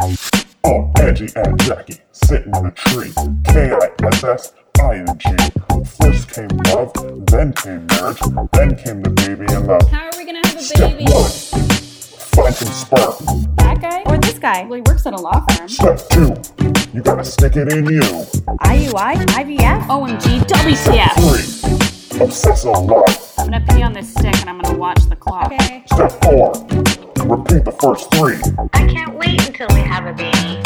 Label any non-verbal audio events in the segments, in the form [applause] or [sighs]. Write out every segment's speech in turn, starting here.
I'm Angie and Jackie, sitting in a tree. K-I-S-S-I-N-G. First came love, then came marriage, then came the baby in love. How are we gonna have a Step baby? one, find some spark. That guy? Or this guy. Well, he works at a law firm. Step two, you gotta stick it in you. IUI? IVF? OMG, WTF! Three, obsess a lot. I'm gonna pee on this stick and I'm gonna watch the clock. Okay. Step four, repeat the first three. I can't wait until we have a baby.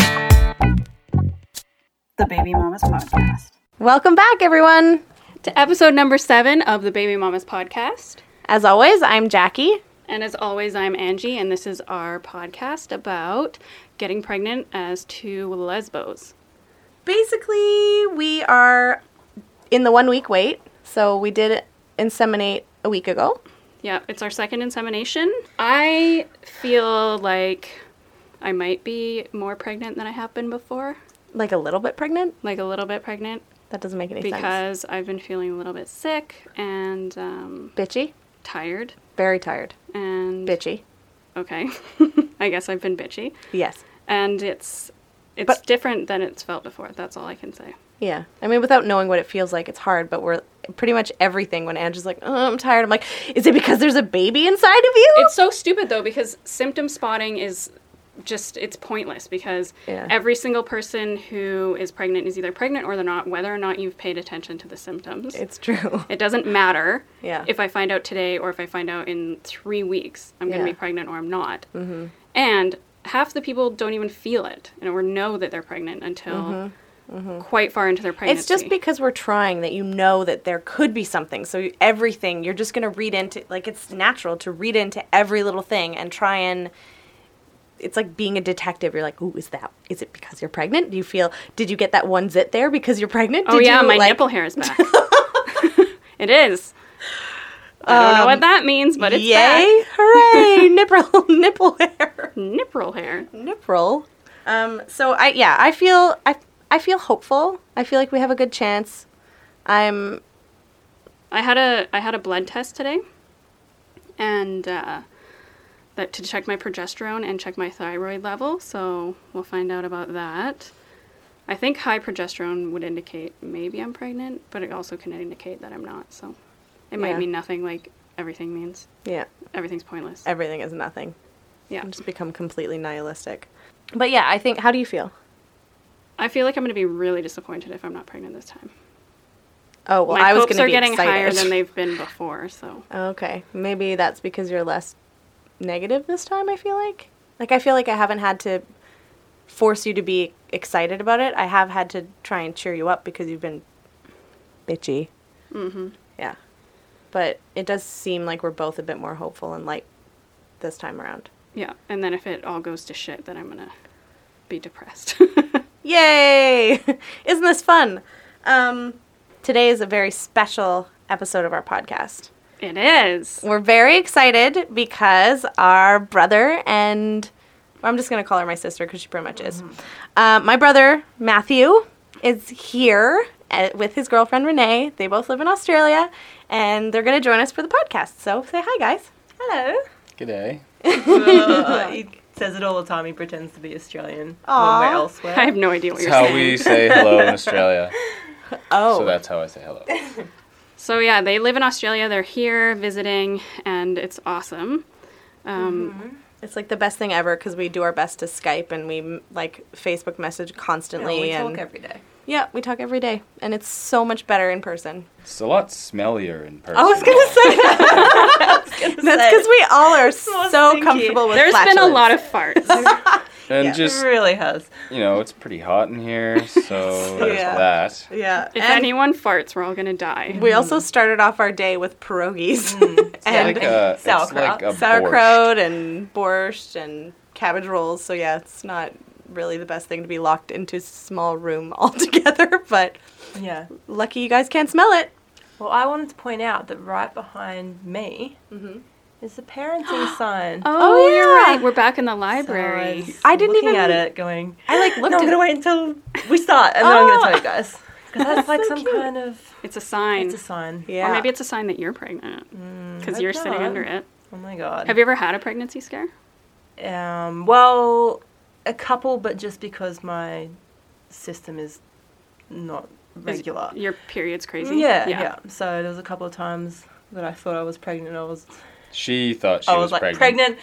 The Baby Mamas Podcast. Welcome back, everyone. To episode number seven of the Baby Mamas podcast. As always, I'm Jackie. And as always, I'm Angie, and this is our podcast about getting pregnant as two lesbos. Basically, we are in the one week wait. So we did inseminate a week ago. Yeah, it's our second insemination. I feel like I might be more pregnant than I have been before, Like a little bit pregnant. like a little bit pregnant, That doesn't make any sense. because I've been feeling a little bit sick and um, Bitchy. tired. Very tired. And Bitchy. okay, [laughs] I guess I've been bitchy, Yes. and it's it's But- different than it's felt before. That's all I can say. Yeah. I mean, without knowing what it feels like, it's hard, but we're pretty much everything. When Angie's like, oh, I'm tired, I'm like, is it because there's a baby inside of you? It's so stupid though because symptom spotting is just it's pointless because Yeah. every single person who is pregnant is either pregnant or they're not whether or not you've paid attention to the symptoms. It's true. it doesn't matter Yeah. if I find out today or if I find out in 3 weeks I'm going to Yeah. Mm-hmm. be pregnant or I'm not. And half the people don't even feel it and or know that they're pregnant until quite far into their pregnancy. Mm-hmm. It's just because we're trying that you know that there could be something. So you- everything you're just going to read into like it's natural to read into every little thing and try and it's like being a detective. You're like, "Ooh, is that is it because you're pregnant? Do you feel did you get that one zit there because you're pregnant?" Oh Did yeah, you, my like- nipple hair is [laughs] back. [laughs] it is. I don't know what that means, but it's Um, Yay! back. [laughs] Hooray! nipple [laughs] nipple hair. Nipple hair. Nipple. Um so I yeah, I feel I I feel hopeful. I feel like we have a good chance. I'm I had a I had a blood test today, and uh, that to check my progesterone and check my thyroid level. So we'll find out about that. I think high progesterone would indicate maybe I'm pregnant, but it also can indicate that I'm not. So it might Yeah. mean nothing. Like everything means yeah, everything's pointless. everything is nothing. yeah, and just become completely nihilistic. But yeah, I think. How do you feel? I feel like I'm gonna be really disappointed if I'm not pregnant this time. Oh well, My I was hopes going to are be getting excited. higher [laughs] than they've been before. So okay, maybe that's because you're less negative this time. I feel like, like I feel like I haven't had to force you to be excited about it. I have had to try and cheer you up because you've been bitchy. Mm-hmm. Yeah, but it does seem like we're both a bit more hopeful and light this time around. yeah, and then if it all goes to shit, then I'm gonna be depressed. [laughs] Yay! [laughs] Isn't this fun? Um, today is a very special episode of our podcast. it is. We're very excited because our brother and I'm just going to call her my sister because she pretty much Mm-hmm. is. Uh, my brother, Matthew, is here uh with his girlfriend, Renee. They both live in Australia and they're going to join us for the podcast. So say hi, guys. Hello. G'day. [laughs] Uh, he says it all the time. He pretends to be Australian when Aw. we're elsewhere. I have no idea what That's you're how saying. we say hello in Australia. Oh, So that's how I say hello. So yeah, they live in Australia. They're here visiting, and it's awesome. Um, It's like the best thing ever because we do our best to Skype and we m- like Facebook message Yeah, constantly. we talk and every [laughs] day. yeah, we talk every day, and it's so much better in person. It's a lot smellier in person. I was [laughs] gonna say that's because we all are so stinky. comfortable with. There's been a flatulence. lot of farts. and It just really has. you know, it's pretty hot in here, so there's Yeah. that. yeah. if and anyone farts, we're all gonna die. we also started off our day with pierogies Mm. [laughs] and Like a, it's like sauerkraut. a borscht. sauerkraut and borscht and cabbage rolls. So yeah, it's not really the best thing to be locked into a small room [laughs] altogether. But Yeah. lucky you guys can't smell it. Well, I wanted to point out that right behind me is [gasps] the parenting sign. Oh, Oh, you're yeah. right. We're back in the So I, library. was I didn't looking even- at it, going. I like looked No, I'm at gonna wait until we start, and then I'm Oh. [laughs] gonna tell you guys. 'Cause that's like some kind of. it's a sign. It's a sign. Yeah. Or maybe it's a sign that you're pregnant because hope you're sitting not. under it. Oh my god. Have you ever had a pregnancy scare? Um, well, a couple, but just because my system is not regular. Your period's crazy. Yeah, yeah, So there was a couple of times that I thought I was pregnant. I was, She thought she I was, was, Oh, like pregnant. pregnant.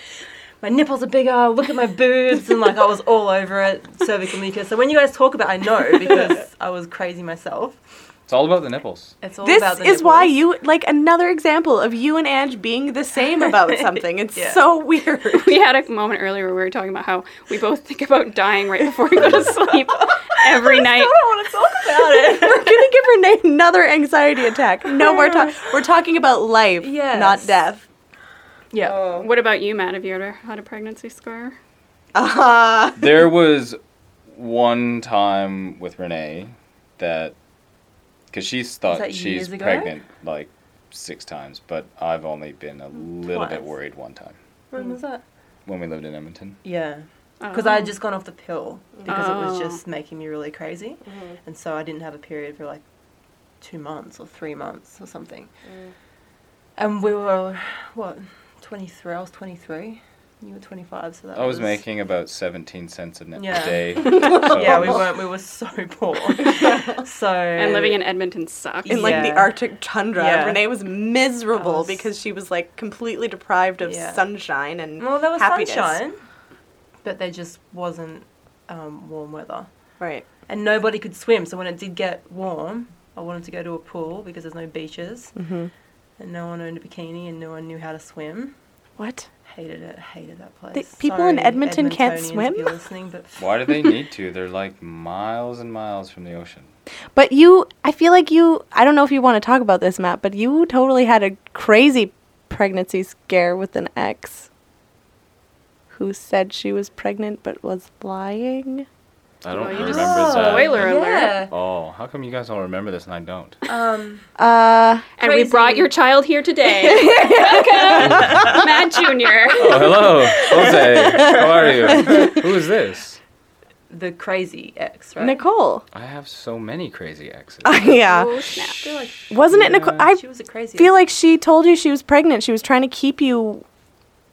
My nipples are bigger. Look at my boobs, and like I was all over it, [laughs] cervical mucus. So when you guys talk about, it, I know because I was crazy myself. It's all about the nipples. It's all this about the is why nipples. you like another example of you and Ange being the same [laughs] about something. It's Yeah. so [laughs] weird. [laughs] We had a moment earlier where we were talking about how we both think about dying right before we go to sleep every night. I don't want to talk about it. We're gonna give Renee another anxiety attack. No, we're talking. We're talking about life, not Yes. death. [laughs] [laughs] yeah. What about you, Matt? Have you ever had a pregnancy scare? Uh, there was one time with Renee that because she's thought that she's years ago? pregnant like six times, but I've only been a little bit Twice. worried one time When was that? when we lived in Edmonton. Yeah. Because Oh. I had just gone off the pill because it Oh. was Mm-hmm. just making me really crazy. And so I didn't have a period for like two months or three months or something. Mm. And we were, what, 23? I was 23. You were 25, so that I was making about seventeen cents a, net Yeah. a day. so [laughs] Yeah, we weren't. We [laughs] were so poor. so. And living in Edmonton sucks. in like the Yeah. Arctic tundra, Yeah. Renee was miserable I was- because she was like completely deprived of Yeah. sunshine and Well, there was happiness. sunshine, but there just wasn't um, warm weather. Right. and nobody could swim. So when it did get warm, I wanted to go to a pool because there's no beaches, mm-hmm. and no one owned a bikini, and no one knew how to swim. What? Hated it. Hated that place. The people in Edmonton can't Edmontonians, if swim? you're listening, but Why do they need to? They're like miles and miles from the ocean. But you, I feel like you. I don't know if you want to talk about this, Matt, but you totally had a crazy pregnancy scare with an ex who said she was pregnant but was lying. I don't Well, you remember just- that. [laughs] Spoiler alert. yeah. Oh, how come you guys all remember this and I don't? Um, Uh, And we brought Crazy. your child here today. [laughs] Welcome, Matt Jr. Oh, hello, Jose. How are you? Who is this? the crazy ex, right? Nicole. I have so many crazy exes. yeah. I feel like Wasn't it Nicole? I she was a crazy. [laughs] feel like she told you she was pregnant. She was trying to keep you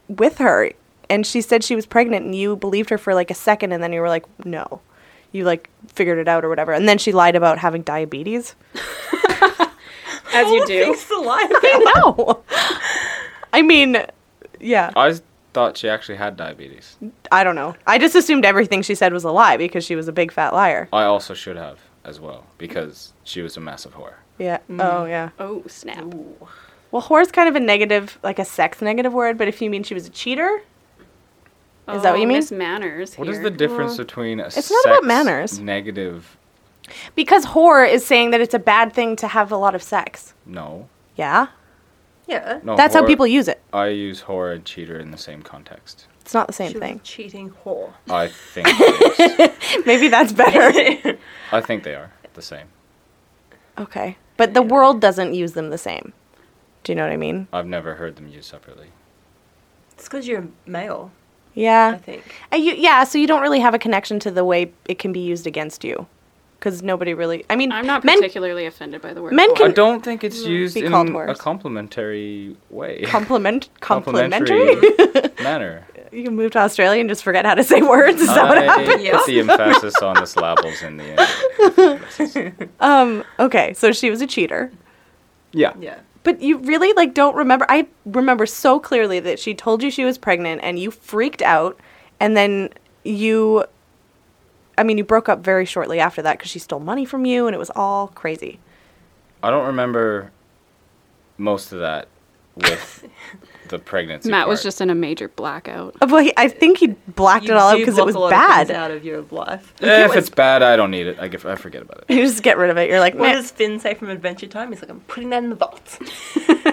with her, and she said she was pregnant, and you believed her for like a second, and then you were like, no. You like figured it out or whatever, and then she lied about having diabetes. As you do. the life. [laughs] no. [laughs] I mean, yeah, I thought she actually had diabetes. I don't know. I just assumed everything she said was a lie because she was a big fat liar. I also should have as well because she was a massive whore. Yeah. Oh, yeah. Oh, snap. Well, whore's kind of a negative, like a sex negative word, but if you mean she was a cheater, Is that what you Oh, mean? Miss Manners. What is here. the difference between a it's not about sex manners. negative? because whore is saying that it's a bad thing to have a lot of sex. No, Yeah. [laughs] Yeah. no. That's how whore- people use it. I use whore and cheater in the same context. It's not the same She was a thing. [laughs] cheating whore. I think. it is. Maybe that's better. [laughs] I think they are the same. okay. But the world doesn't use them the same. Do you know what I mean? I've never heard them used separately. It's because you're male, I Yeah. think. Uh, you, yeah, so you don't really have a connection to the way it can be used against you, because nobody really. I mean, I'm not men particularly offended by the word. men whore. can- I don't think it's used Be in called a whores. complimentary way. compliment complimentary. [laughs] Complimentary manner. you move to Australia and just forget how to say words. Is that what I happened? put the emphasis on the syllables in the end. Um. Okay, so she was a cheater, Yeah. Yeah. but you really like don't remember. I remember so clearly that she told you she was pregnant, and you freaked out, and then you. I mean, you broke up very shortly after that because she stole money from you, and it was all crazy. I don't remember most of that with the pregnancy. Matt was part. just in a major [laughs] blackout. Uh, Well, he, I think he blacked You it all out do because it block was a lot of bad. things out of your life. Eh, if it's bad, I don't need it. I, give, I forget about [laughs] it. You just get rid of it. You're like, What "Meh." does Finn say from Adventure Time? He's like, I'm putting that in the [laughs] vault.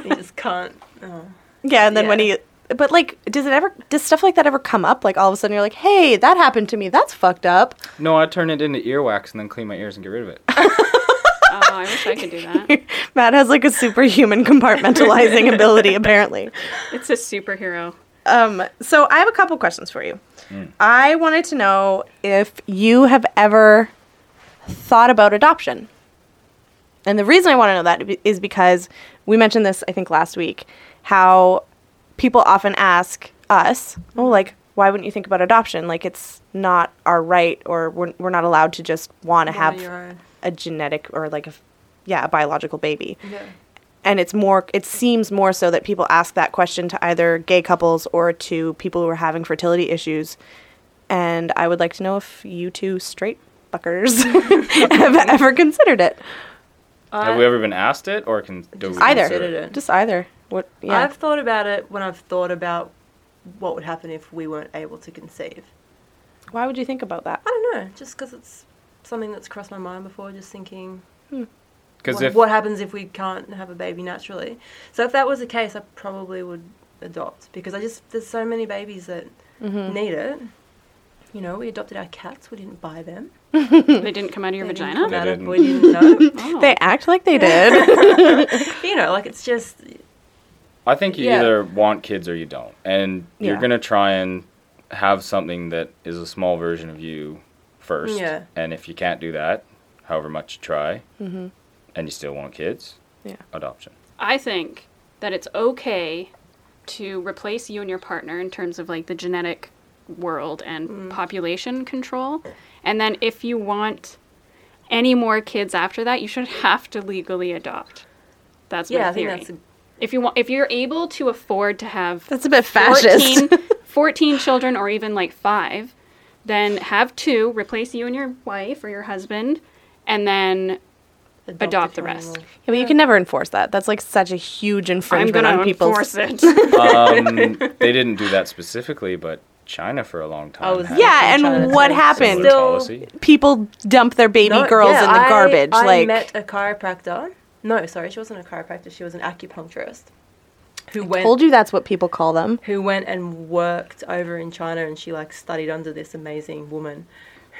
he just can't. Oh. yeah. And then when yeah. he, but like, does it ever, does stuff like that ever come up? Like all of a sudden you're like, hey, that happened to me. That's fucked up. [laughs] No, I turn it into earwax and then clean my ears and get rid of it. Oh, I wish I could do that. Matt has like a [laughs] superhuman compartmentalizing ability, apparently. It's a [laughs] superhero. Um, so I have a couple questions for you. I wanted to know if you have ever thought about adoption. And the reason I want to know that be- is because we mentioned this, I think, last week, how people often ask us, oh, like, why wouldn't you think about adoption? Like, it's not our right, or we're, we're not allowed to just want to Not on have your own. a genetic or like a, f- yeah, a biological baby. Yeah. And it's more, it seems more so that people ask that question to either gay couples or to people who are having fertility issues. And I would like to know if you two straight fuckers [laughs] have ever considered it. Have we ever been asked it, or can do we Either. consider it? it. Just either. What? Yeah. I've thought about it when I've thought about what would happen if we weren't able to conceive. Why would you think about that? I don't know, just because it's something that's crossed my mind before, just thinking, Because what, if what happens if we can't have a baby naturally? So if that was the case, I probably would adopt because I just there's so many babies that need it. You know, we adopted our cats. We didn't buy them. They didn't come out of your They didn't vagina? come out of- They We didn't know. [laughs] Oh. They act like they [laughs] did. you know, like it's just I think you Yeah. either want kids or you don't, and you're Yeah. gonna try and have something that is a small version of you first. Yeah. And if you can't do that, however much you try, and you still want kids, Yeah. adoption. I think that it's okay to replace you and your partner in terms of like the genetic world and Mm. population control. And then if you want any more kids after that, you should have to legally adopt. That's yeah. my I think theory. that's a, if you want if you're able to afford to have That's a bit fascist. 14, [laughs] 14 children or even like 5, then have two, replace you and your wife or your husband, and then Adopt if the you want rest. more. Yeah, but you can never enforce that. That's like such a huge I'm infringement going to on people's. enforce it. [laughs] Um, [laughs] they didn't do that specifically, but China for a long time. was- had Yeah, I'm trying and to what tell you. a similar happened? Still- policy. People dump their baby No, girls yeah, in the I- garbage. I like, met a chiropractor. No, sorry, she wasn't a chiropractor. She was an acupuncturist who went told you that's what people call them. who went and worked over in China, and she like studied under this amazing woman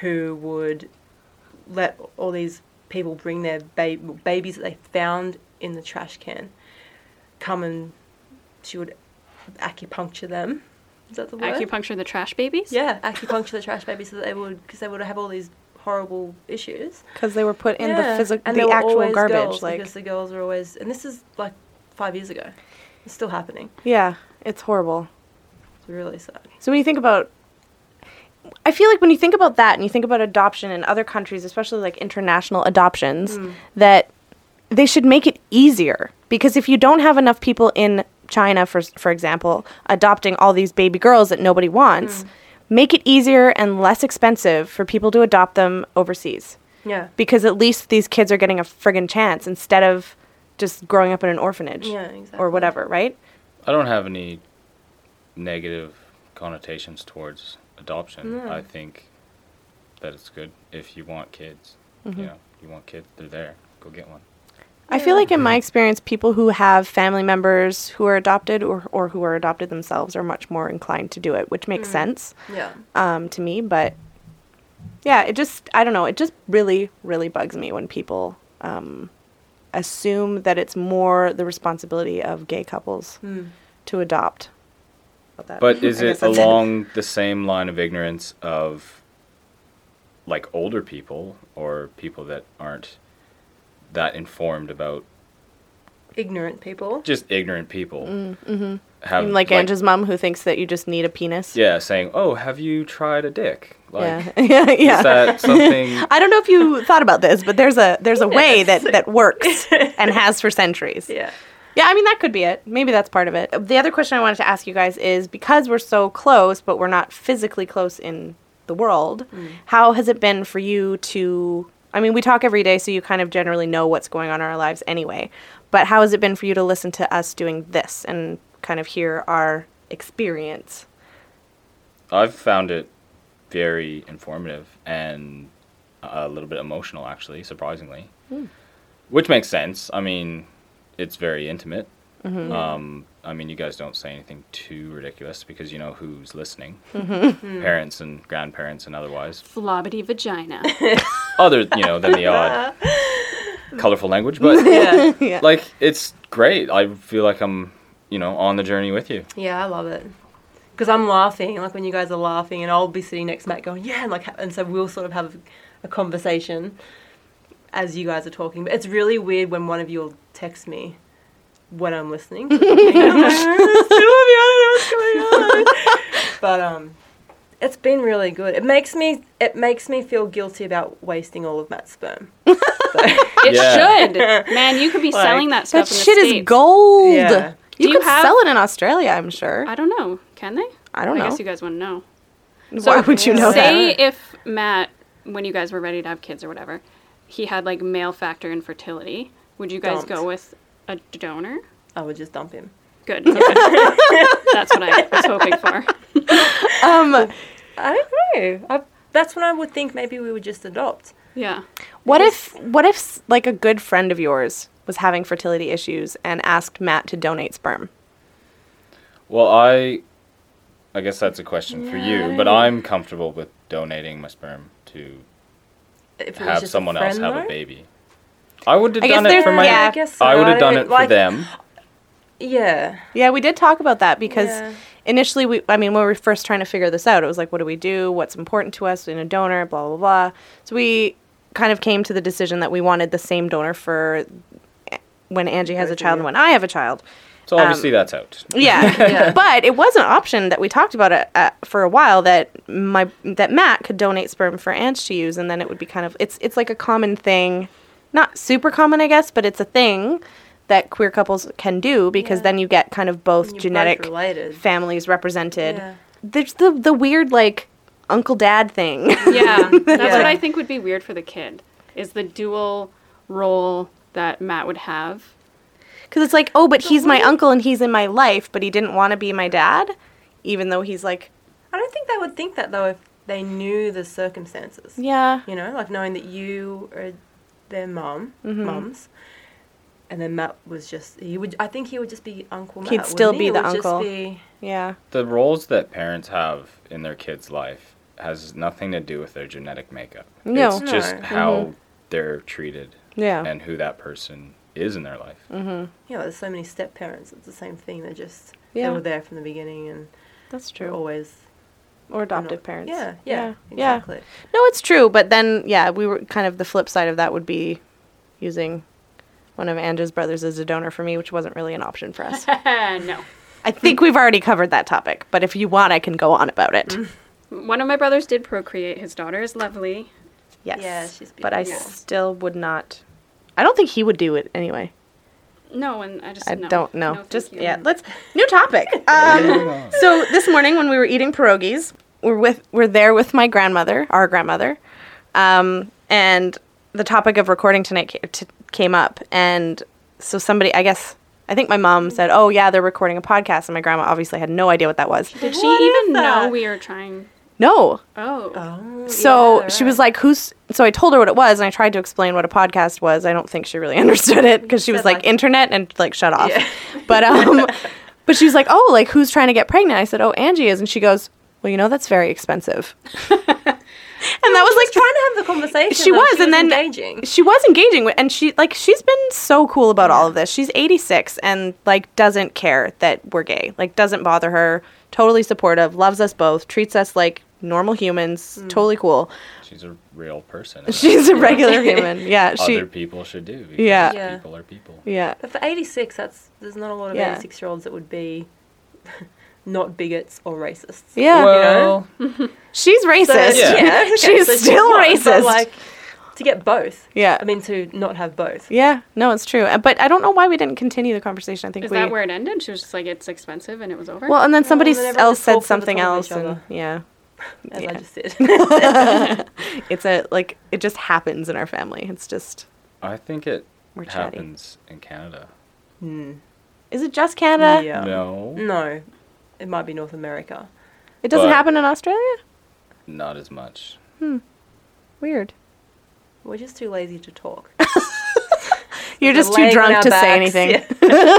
who would let all these people bring their ba- babies that they found in the trash can come and she would acupuncture them. Is that the word? Acupuncture the trash babies? yeah, acupuncture the trash babies so that they would because they would have all these horrible issues Because they were put in Yeah. the physical, And they the were actual always garbage. Girls, like, because the girls were always, and this is like five years ago. It's still happening. yeah, it's horrible. It's really sad. So when you think about, I feel like when you think about that and you think about adoption in other countries, especially like international adoptions, Hmm. that they should make it easier because if you don't have enough people in China, for for example, adopting all these baby girls that nobody wants, Hmm. make it easier and less expensive for people to adopt them overseas Yeah. because at least these kids are getting a friggin' chance instead of just growing up in an orphanage Yeah, or exactly. whatever, right? I don't have any negative connotations towards adoption. I think that it's good if you want kids. Mm-hmm. You know, you want kids, they're there. Go get one. I feel like in my experience, people who have family members who are adopted or, or who are adopted themselves are much more inclined to do it, which Mm. makes sense Yeah. um, to me. But yeah, it just, I don't know, it just really, really bugs me when people um, assume that it's more the responsibility of gay couples Hmm. to adopt. That- But is I guess it that's along the same line of ignorance of like older people or people that aren't that informed about Ignorant people. just ignorant people have Mm, mm-hmm. Like, Angie's mom who thinks that you just need a penis. yeah saying oh have you tried a dick like Yeah. yeah. [laughs] yeah. is that something I don't know if you thought about this, but there's a there's a way that that works [laughs] and has for centuries. Yeah. Yeah, I mean that could be it. Maybe that's part of it. The other question I wanted to ask you guys is because we're so close, but we're not physically close in the world, Mm. how has it been for you to I mean, we talk every day, so you kind of generally know what's going on in our lives anyway. But how has it been for you to listen to us doing this and kind of hear our experience? I've found it very informative and uh, a little bit emotional, actually, surprisingly. Which makes sense. I mean, it's very intimate. Um, I mean, you guys don't say anything too ridiculous because you know who's listening parents and grandparents and otherwise. Flobbity [laughs] vagina. Other, you know, than the odd colorful language. But, Yeah. yeah. like, it's great. I feel like I'm, you know, on the journey with you. yeah, I love it. Because I'm laughing, like when you guys are laughing, and I'll be sitting next to Matt going, yeah, and like, ha- and so we'll sort of have a, a conversation as you guys are talking. But it's really weird when one of you will text me when [laughs] I'm listening. I'm like, "There's two of you, I don't know what's going on. [laughs] But um, It's been really good. It makes me it makes me feel guilty about wasting all of Matt's sperm. It Yeah. should. [laughs] Man, you could be Like, selling that That stuff in the shit is States. gold. Yeah. You Do you could have- sell it in Australia, I'm sure. I don't know. Can they? I I don't know. guess you guys wouldn't know. Why would you know that? Say if Matt, when you guys were ready to have kids or whatever, he had like male factor infertility. Would you guys Don't. go with a donor? I would just dump him. Good. Okay. [laughs] That's what I was hoping for. Um, I don't know. I, that's when I would think maybe we would just adopt. Yeah. what if what if s- like a good friend of yours was having fertility issues and asked Matt to donate sperm? Well, I, I guess that's a question for you, but I'm comfortable with donating my sperm to If it was have just a someone else friend, have a though. baby. I would have I guess done it there's- for my. yeah, I guess I so. would have I done don't- it for like- them. Yeah. Yeah, we did talk about that because Yeah. initially we I mean when we were first trying to figure this out, it was like what do we do? What's important to us? We need a donor, blah blah blah. So we kind of came to the decision that we wanted the same donor for a- when Angie has a Both of child and you. when I have a child. So obviously that's out. um, Yeah. [laughs] But it was an option that we talked about it uh, for a while that my that Matt could donate sperm for Ange to use and then it would be kind of it's it's like a common thing. Not super common, I guess, but it's a thing that queer couples can do because Yeah. then you get kind of both You're both genetic related. families represented. Yeah. There's the the weird like uncle dad thing. [laughs] Yeah. That's what Yeah. I think would be weird for the kid is the dual role that Matt would have. Cuz it's like, "Oh, but he's my uncle and he's in my life, but he didn't want to be my dad." Even though he's like, I don't think they would think that though if they knew the circumstances. yeah, You know, like knowing that you are their mum, Mm-hmm. mums, and then Matt was just he would. I think he would just be Uncle Matt. He'd still wouldn't he? be It the would just uncle. be- yeah. The roles that parents have in their kids' life has nothing to do with their genetic makeup. No. Mm-hmm. It's just No. how they're treated Yeah. Mm. and who that person is in their life. you know, there's so many step parents. It's the same thing. They're just Yeah. they were there from the beginning and That's true. they're always or they're adoptive not- parents. Yeah, yeah, yeah. exactly. No, it's true, but then yeah, we were kind of the flip side of that would be using one of Andrew's brothers as a donor for me, which wasn't really an option for [laughs] us. no. I think we've already covered that topic, but if you want, I can go on about it. Mm. One of my brothers did procreate. His daughter is lovely. Yes. Yeah, she's but I beautiful. still would not. I don't think he would do it anyway. No, and I just I no. don't No, know. thank Just you. yeah. Let's new [laughs] topic. Um, so this morning when we were eating pierogies, we're with we're there with my grandmother, our grandmother, um, and the topic of recording tonight ca- t- came up, and so somebody, I guess, I think my mom said, "Oh yeah, they're recording a podcast," and my grandma obviously had no idea what that was. Did she even know we were trying? No, Oh. Oh, so yeah, she right. was like, "Who's?" So I told her what it was, and I tried to explain what a podcast was. I don't think she really [laughs] understood it because she was Said, like, like- "Internet," and like, "Shut off." [laughs] But [laughs] um, but she was like, "Oh, like who's trying to get pregnant?" I said, "Oh, Angie is," and she goes, "Well, you know that's very expensive." [laughs] and that was like trying to have the conversation. she though. was, and then engaging. she was engaging with- and she like she's been so cool about all of this she's 86 and like doesn't care that we're gay like doesn't bother her totally supportive loves us both treats us like normal humans Mm. totally cool She's a real person. [laughs] and she's a that's what regular human yeah Other she people should do. because Yeah. Yeah. People are people. yeah But for 86, that's there's not a lot of Yeah. 86 year olds that would be [laughs] not bigots or racists. yeah Well, [laughs] she's So, racist Yeah. [laughs] okay, she's so still not, racist But like to get both. Yeah. I mean to not have both. yeah no it's true Uh, but i don't know why we didn't continue the conversation i think Is we that where it ended? She was just like, it's expensive and it was over? well and then somebody then everyone else just fall said from the something top of else each other. and yeah As I Yeah. [laughs] just did. it's a like it just happens in our family it's just I think it We're chatty. happens in Canada. is it just canada yeah. No, No. It might be North America. It doesn't But- happen in Australia? not as much. Weird. We're just too lazy to talk. You're just too Laying on drunk our to say backs, anything. yeah.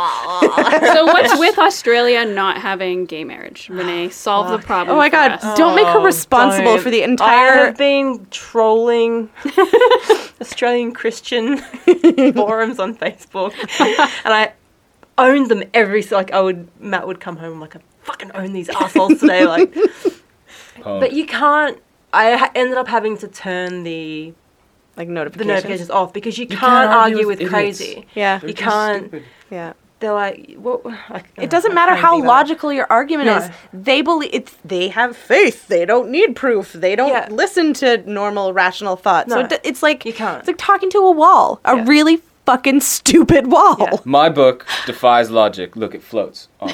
[laughs] [laughs] so what's with Australia not having gay marriage? [sighs] Renee, solve the problem. Oh my for god, us. don't make her Oh, responsible don't. for the I entire have been [laughs] trolling Australian Christian forums on Facebook, and I owned them every. So like, I would Matt would come home like, I fucking own these assholes [laughs] today. Like, Pwned. but you can't. I ha- ended up having to turn the like the notifications. notifications off because you can't, can't argue argue with, with idiots. crazy. Yeah. You can't. Yeah. they're like, what? I, It doesn't matter how logical. logical your argument No. is. They believe it's they have faith. They don't need proof. They don't Yeah. listen to normal rational thought. So No. it, d- it's like You can't. it's like talking to a wall, a Yeah. really fucking stupid wall. Yeah. My book defies logic. Look, it floats. [laughs]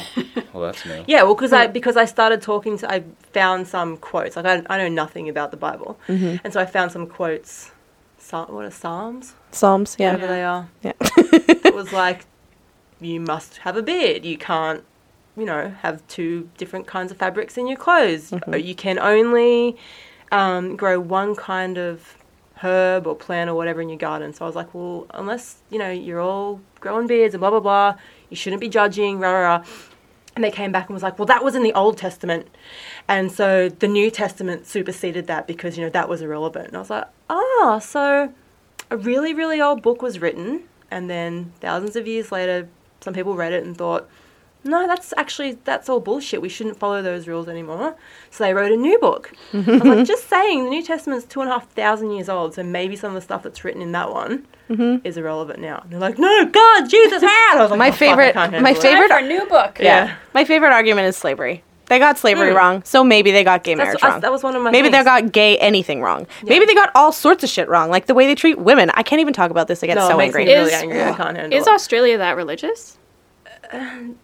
Oh, well, that's new. Yeah, well, because I because I started talking to, I found some quotes. Like I, I know nothing about the Bible, Mm-hmm. and so I found some quotes. Psal- what are Psalms? Psalms, yeah. Whatever they are. Yeah. [laughs] it was like, you must have a beard. You can't, you know, have two different kinds of fabrics in your clothes. Mm-hmm. You can only um, grow one kind of herb or plant or whatever in your garden. So I was like, well, unless you know you're all growing beards and blah blah blah, you shouldn't be judging. Rah rah. rah. And they came back and was like, well, that was in the Old Testament. And so the New Testament superseded that because, you know, that was irrelevant. And I was like, ah, so a really, really old book was written. And then thousands of years later, some people read it and thought, no, that's actually, that's all bullshit. We shouldn't follow those rules anymore. So they wrote a new book. I [laughs] was like, just saying, the New Testament's two and a half thousand years old. So maybe some of the stuff that's written in that one is irrelevant now. And they're like, no, God, Jesus, how? I was Mm-hmm. like, My "Oh, fuck, I favorite- can't handle my it." favorite- Time for a new book. Yeah. Hmm. My favorite argument is slavery. They got slavery wrong, so maybe they got gay That's marriage what I- wrong. that was one of my Maybe they things. got gay anything wrong. Maybe they got all sorts of shit wrong, like the way they treat women. I can't even talk about this. I get No, so it makes angry. me really Is- angry. I can't handle Is it. Australia that religious?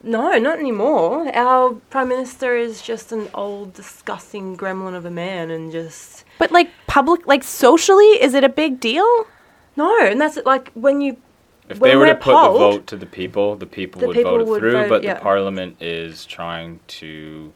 No, not anymore. Our prime minister is just an old, disgusting gremlin of a man, and just But like public, like socially, is it a big deal? no. And that's it, like when you If when they were to we're put polled- the vote to the people, the people The would people vote it would through. vote- but yeah. the parliament is trying to.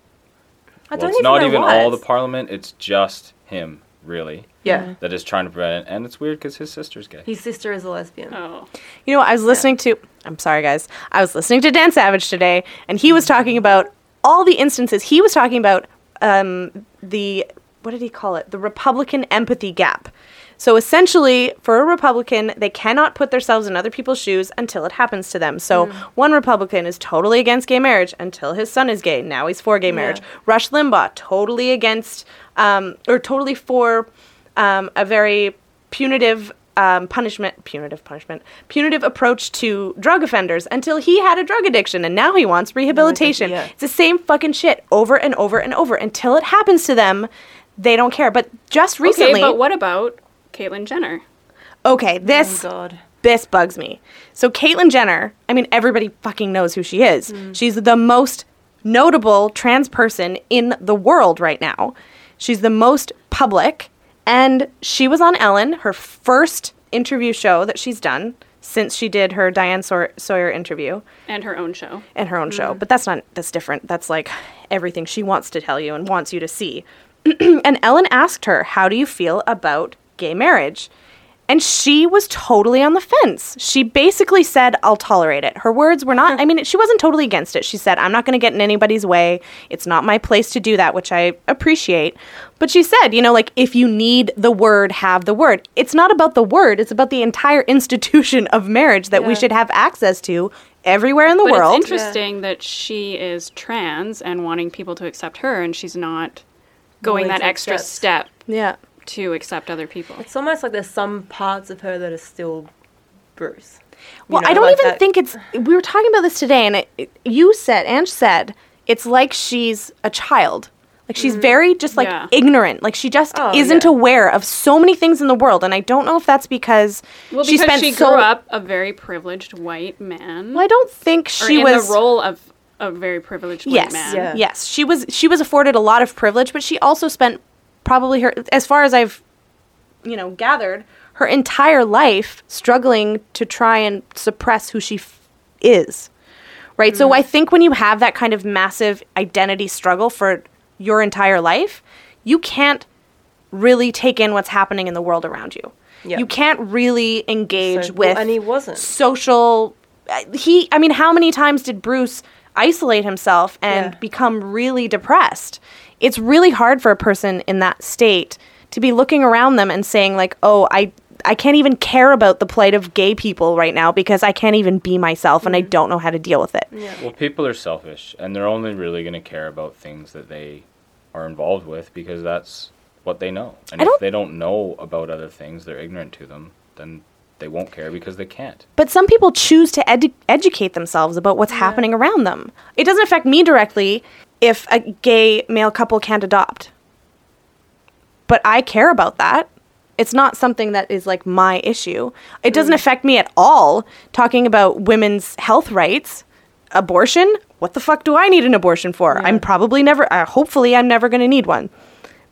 I well, don't it's even not know even why. all the parliament. It's just him, really, yeah. that is trying to prevent it. And it's weird because his sister's gay. His sister is a lesbian. Oh. You know, I was listening to. I'm sorry, guys. I was listening to Dan Savage today, and he was talking about all the instances. He was talking about um, the what did he call it? The Republican empathy gap. So essentially, for a Republican, they cannot put themselves in other people's shoes until it happens to them. So one Republican is totally against gay marriage until his son is gay. Now he's for gay marriage. Rush Limbaugh totally against um, or totally for um, a very punitive um, punishment, punitive punishment, punitive approach to drug offenders until he had a drug addiction and now he wants rehabilitation. yeah. It's the same fucking shit over and over and over until it happens to them. They don't care. But just recently, Okay, but what about Caitlyn Jenner? okay, Oh this God. this bugs me. So Caitlyn Jenner, I mean, everybody fucking knows who she is. Mm. She's the most notable trans person in the world right now. She's the most public, and she was on Ellen, her first interview show that she's done since she did her Diane Saw- Sawyer interview And her own show. and her own show. But that's not that's different. That's like everything she wants to tell you and wants you to see. [clears throat] and Ellen asked her, "How do you feel about gay marriage?" And she was totally on the fence. She basically said, "I'll tolerate it." Her words were not I mean, she wasn't totally against it. She said, "I'm not going to get in anybody's way. It's not my place to do that," which I appreciate. But she said, you know, like if you need the word, have the word. It's not about the word, it's about the entire [laughs] institution of marriage that we should have access to everywhere in the But world. it's interesting that she is trans and wanting people to accept her, and she's not going Willing that to extra accept. step Yeah. to accept other people. It's almost like there's some parts of her that are still Bruce. Well, I know, don't like even that- think it's. We were talking about this today, and it, you said, Ange said, it's like she's a child. Like she's very just like Mm-hmm. Yeah. ignorant. Like she just Oh, isn't yeah. aware of so many things in the world, and I don't know if that's because Well, she because spent she so. grew up a very privileged white man. Well, I don't think or she in was. the role of a very privileged white yes, man. Yeah. yes, she was. She was afforded a lot of privilege, but she also spent probably her, as far as I've, you know, gathered, her entire life struggling to try and suppress who she f- is. right? So Mm-hmm. I think when you have that kind of massive identity struggle for your entire life, you can't really take in what's happening in the world around you. Yeah. You can't really engage So- well, with and he wasn't. social. uh, He, I mean, how many times did Bruce isolate himself and Yeah. become really depressed? It's really hard for a person in that state to be looking around them and saying like, "Oh, I." I can't even care about the plight of gay people right now because I can't even be myself Mm-hmm. and I don't know how to deal with it. Well, people are selfish, and they're only really going to care about things that they are involved with because that's what they know. And I if don't- they don't know about other things, they're ignorant to them, then they won't care because they can't. But some people choose to edu- educate themselves about what's happening around them. It doesn't affect me directly if a gay male couple can't adopt. But I care about that. It's not something that is like my issue. It doesn't affect me at all talking about women's health rights, abortion. What the fuck do I need an abortion for? I'm probably never, uh, hopefully, I'm never going to need one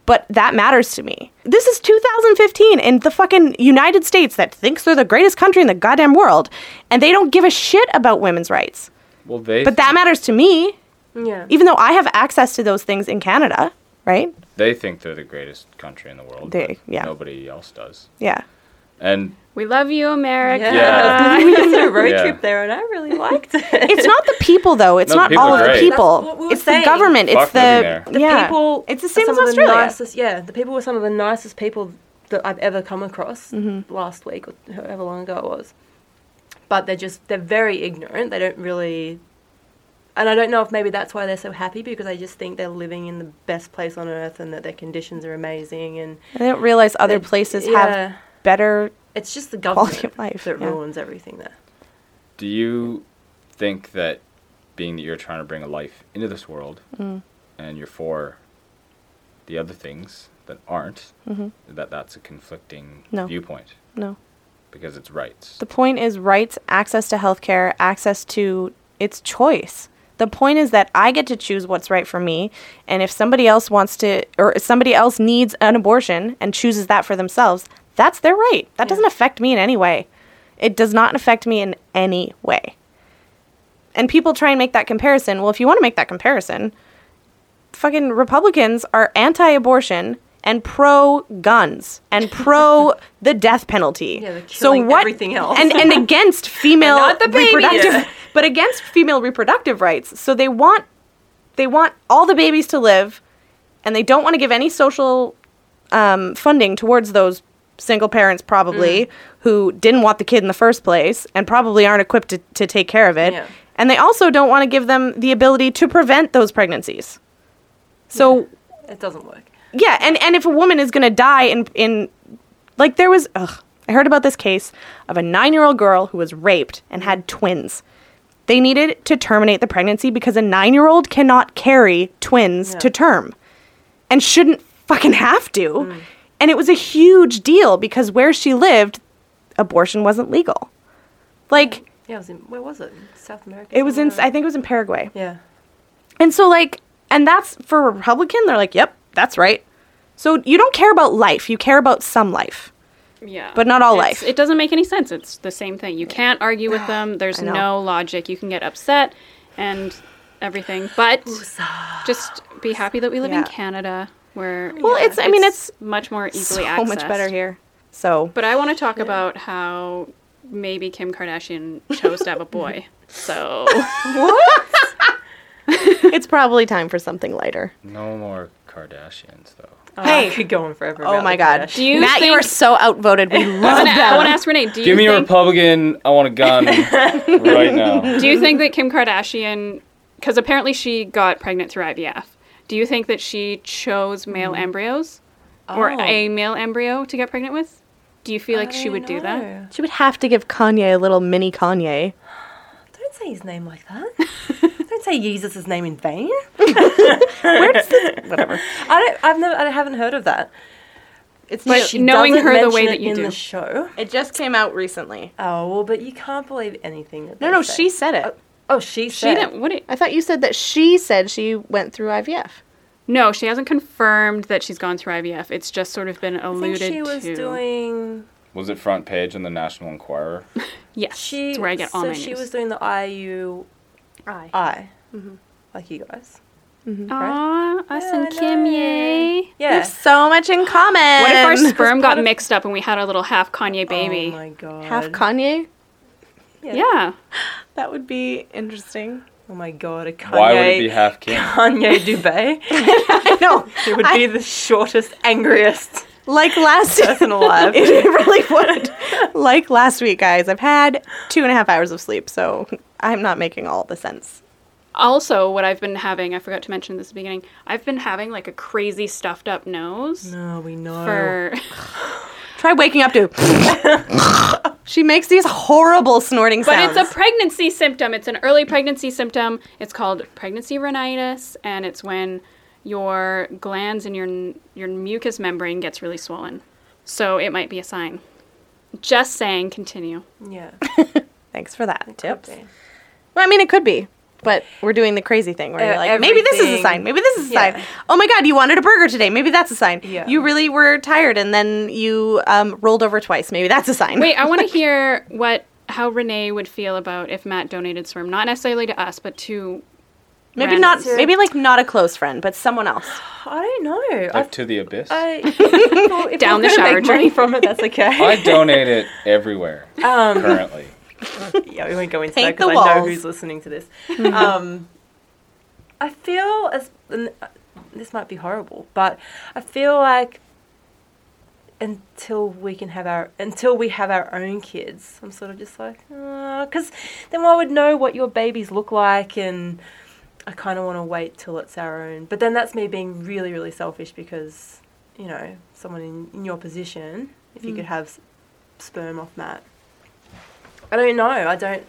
but that matters to me. This is 2015 in the fucking United States that thinks they're the greatest country in the goddamn world, and they don't give a shit about women's rights. Well, they But that matters to me, Yeah. even though I have access to those things in Canada, right? they think they're the greatest country in the world. They- but yeah. Nobody else does. Yeah. And We love you, America. [laughs] Yeah. [laughs] we did a road Yeah. trip there, and I really liked it. It's not the people though. It's No, the not people all are of the great. people. That's what we were it's saying. the government. Fuck it's living there. the, the yeah. people. It's the are same some as of the Australia. nicest- yeah, the people were some of the nicest people that I've ever come across Mm-hmm. last week or however long ago it was. But they're just they're very ignorant. They don't really, and I don't know if maybe that's why they're so happy because I just think they're living in the best place on earth and that their conditions are amazing and I don't realize other They- places yeah. have better. it's just the Quality government of life, that yeah. ruins everything there. do you think that being that you're trying to bring a life into this world Mm. and you're for the other things that aren't, that that's a conflicting Mm-hmm. No. viewpoint No. because it's rights. The point is rights, access to healthcare, access to its choice. The point is that I get to choose what's right for me, and if somebody else wants to, or if somebody else needs an abortion and chooses that for themselves, that's their right. That doesn't affect me in any way. It does not affect me in any way. And people try and make that comparison. Well, if you want to make that comparison, fucking Republicans are anti abortion and pro guns [laughs] and pro the death penalty. Yeah, they're killing everything else. And, [laughs] and against female Not the babies. reproductive but against female reproductive rights. So they want they want all the babies to live and they don't want to give any social um, funding towards those single parents probably who didn't want the kid in the first place and probably aren't equipped to, to take care of it Yeah. and they also don't want to give them the ability to prevent those pregnancies so It doesn't work. yeah, and and if a woman is going to die in in like there was ugh, I heard about this case of a 9-year-old girl who was raped and had twins. They needed to terminate the pregnancy because a 9-year-old cannot carry twins to term and shouldn't fucking have to. And it was a huge deal because where she lived abortion wasn't legal. Like Yeah, it was in where was it? South America. it was in somewhere? I think it was in Paraguay. Yeah. And so like and that's for a Republican, they're like, "Yep, that's right." So you don't care about life, you care about some life. Yeah. But not all It's- life. It doesn't make any sense. It's the same thing. You can't argue [sighs] with them. There's I know. no logic. You can get upset and everything. But just be happy that we live Yeah. in Canada where Well, it's- I mean, it's much more easily so accessed. much better here. So, But I want to talk about how maybe Kim Kardashian chose to have a [laughs] boy. So it's probably time for something lighter. No more Kardashians, though. Hey, Oh, could go on forever. Oh about my the god. Kardashians. Do you [laughs] Matt, you think- are so outvoted. [laughs] We [laughs] I love wanna- I want that. to ask Renee. Do you Give me a think, Republican. I want [laughs] a gun right now. Do you think that Kim Kardashian, because apparently she got pregnant through IVF, do you think that she chose male embryos or Mm-hmm. Oh. a male embryo to get pregnant with? Do you feel like she would do that? No. She would have to give Kanye a little mini Kanye. Don't say his name like [laughs] that. don't say Jesus' name in vain. Whatever. I don't. I've never. I haven't heard of that. It's But knowing doesn't her the way mention that it you in do. the show. It just came out recently. Oh well, but you can't believe anything. That No, they no, say. she said it. Oh, she She said. didn't. What? It, I thought you said that she said she went through IVF. no, she hasn't confirmed that she's gone through IVF. It's just sort of been I think alluded she was to. doing. Was it front page in the National Enquirer? yes, She. it's where I get all so my she news. Mm-hmm. was doing the IUI, I. like you guys. Aw, us and I know. Kim, yay! We Yeah. have so much [gasps] in common. What [laughs] if our sperm got mixed up and we had a little half Kanye baby? Oh my god. half Kanye? yeah. That would be interesting. Oh my god. A Kanye. Why would it be half Kim? [laughs] Kanye [laughs] Dubé? I know. He would be the shortest, [laughs] angriest Like last [laughs] person alive. It really would. like last week, guys, I've had two and a half hours of sleep, so I'm not making all the sense. Also, what I've been having, I forgot to mention this at the beginning, I've been having like a crazy stuffed up nose No, we know. for Try waking up to. She makes these horrible snorting But sounds. it's a pregnancy symptom. It's an early pregnancy symptom. It's called pregnancy rhinitis, and it's when your glands and your n- your mucous membrane gets really swollen. So it might be a sign. Just saying. Continue. [laughs] Yeah. Thanks for that tip. Okay. Well, I mean, it could be, but we're doing the crazy thing where Uh, you're like, maybe this is a everything- sign. Maybe this is a Yeah. sign. Oh my God, you wanted a burger today. Maybe that's a sign. Yeah. You really were tired and then you um, rolled over twice. Maybe that's a sign. Wait, I want to hear what how Renee would feel about if Matt donated sperm, not necessarily to us, but to maybe randoms. not. Maybe like not a close friend, but someone else. I don't know. Like I, to the abyss. I, I, [laughs] well, if Down the we're gonna shower make money drain. from it. That's okay. donate it [laughs] everywhere um, currently. yeah, we won't go into Paint that because the I know walls. who's listening [laughs] to this. um, I feel as and, uh, this might be horrible, but I feel like until we can have our until we have our own kids, I'm sort of just like because then I would know what your babies look like and. I kind of want to wait till it's our own, but then that's me being really, really selfish because, you know, someone in, in your position, if Mm. you could have s- sperm off Matt, I don't know. I don't.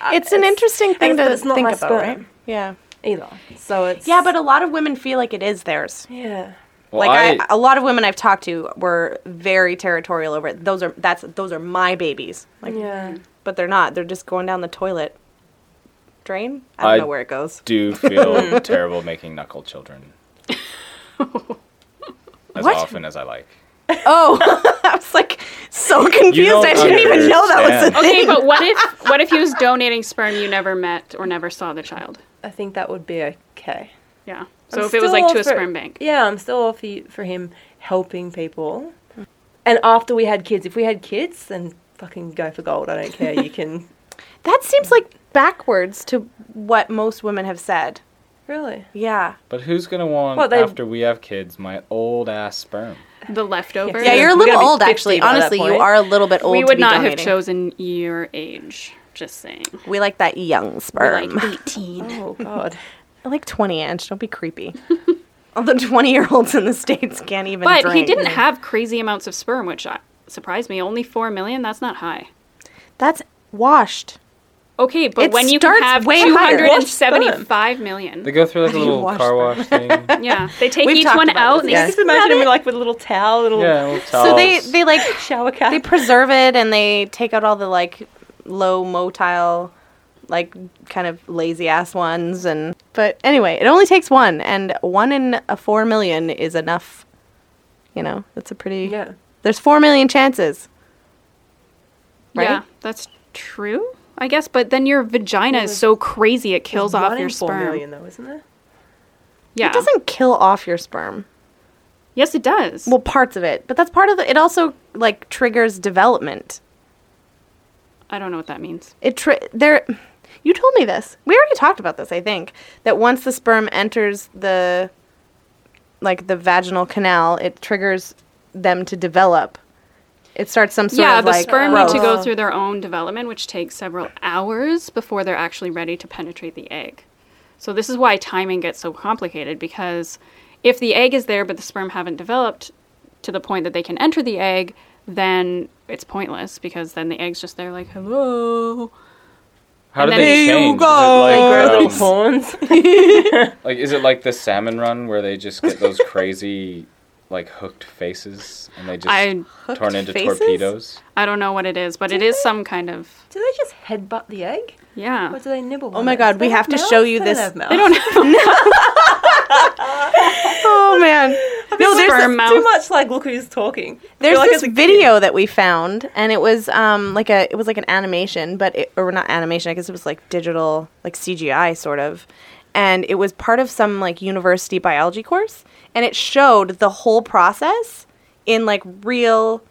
I- it's an interesting thing to it's- but it's not think my about, sperm right? Yeah. either. So it's Yeah, but a lot of women feel like it is theirs. yeah, Well, like I, I, a lot of women I've talked to were very territorial over it. Those are that's those are my babies. Like, yeah. but they're not. They're just going down the toilet drain. I don't I- know where it goes. [laughs] do Hmm. feel terrible making knuckle children. As What? often as I like. Oh, I was like so confused. don't I didn't even know that was a understand. thing. Okay, but what [laughs] if what if he was donating sperm you never met or never saw the child? I think that would be okay. Yeah. I'm So if it was still like to all a for- sperm bank. Yeah, I'm still all for, y- for him helping people. And after we had kids, if we had kids, then fucking go for gold. I don't care. [laughs] You can That seems like backwards to what most women have said. really. Yeah. But who's gonna want Well, they- after we have kids my old ass sperm? The leftovers. Yeah, you're a We're little gonna be old 50 actually. by that Honestly, you point. are a little bit old. we to would be not have donating. chosen your age. Just saying. We like that young We're sperm. like 18. Oh god. [laughs] I like 20 inch. Don't [laughs] be creepy. Although 20 year olds in the States can't even But he drink. didn't have crazy amounts of sperm, which uh, surprised me. Only 4 million? That's not high. That's washed. Okay, but It when you can starts have way higher. What's 275 million. They go through like a do you little wash car wash thing. [laughs] yeah, yeah, they take We've each talked one about out this, and yeah. they Just imagine him like with a little towel, little little So they, towels. they like shower cap. they preserve it and they take out all the like low motile like kind of lazy ass ones and but anyway, it only takes one and one in a 4 million is enough. You know, that's a pretty yeah. There's 4 million chances. Right? Yeah, that's true, I guess. But then your vagina is so crazy it kills One off in your four sperm. million, though, isn't there? Yeah. It doesn't kill off your sperm. yes, it does. Well, parts of it, but that's part of the. It also like triggers development. I don't know what that means. It tri- there. You told me this. We already talked about this. I think that once the sperm enters the, like the vaginal canal, it triggers them to develop. It starts some sort yeah, of the like sperm growth. need to go through their own development, which takes several hours before they're actually ready to penetrate the egg. So this is why timing gets so complicated because if the egg is there but the sperm haven't developed to the point that they can enter the egg, then it's pointless because then the egg's just there like hello. How do and then- they Here you change? Is Grow little it like, um, [laughs] horns. [laughs] like is it like the salmon run where they just get those crazy like hooked faces and they just I turn into faces? torpedoes? I don't know what it is, but it is some kind of Do they just headbutt the egg? yeah. Or do they nibble? Oh my God, we have to show you this. They don't have Oh [laughs] man! no, there's sperm a- mouth. too much. Like, look who's talking. I There's feel like this as a video that we found, and it was um like a it was like an animation, but it, or not animation. I guess it was like digital, like CGI sort of, and it was part of some like university biology course, and it showed the whole process in like real,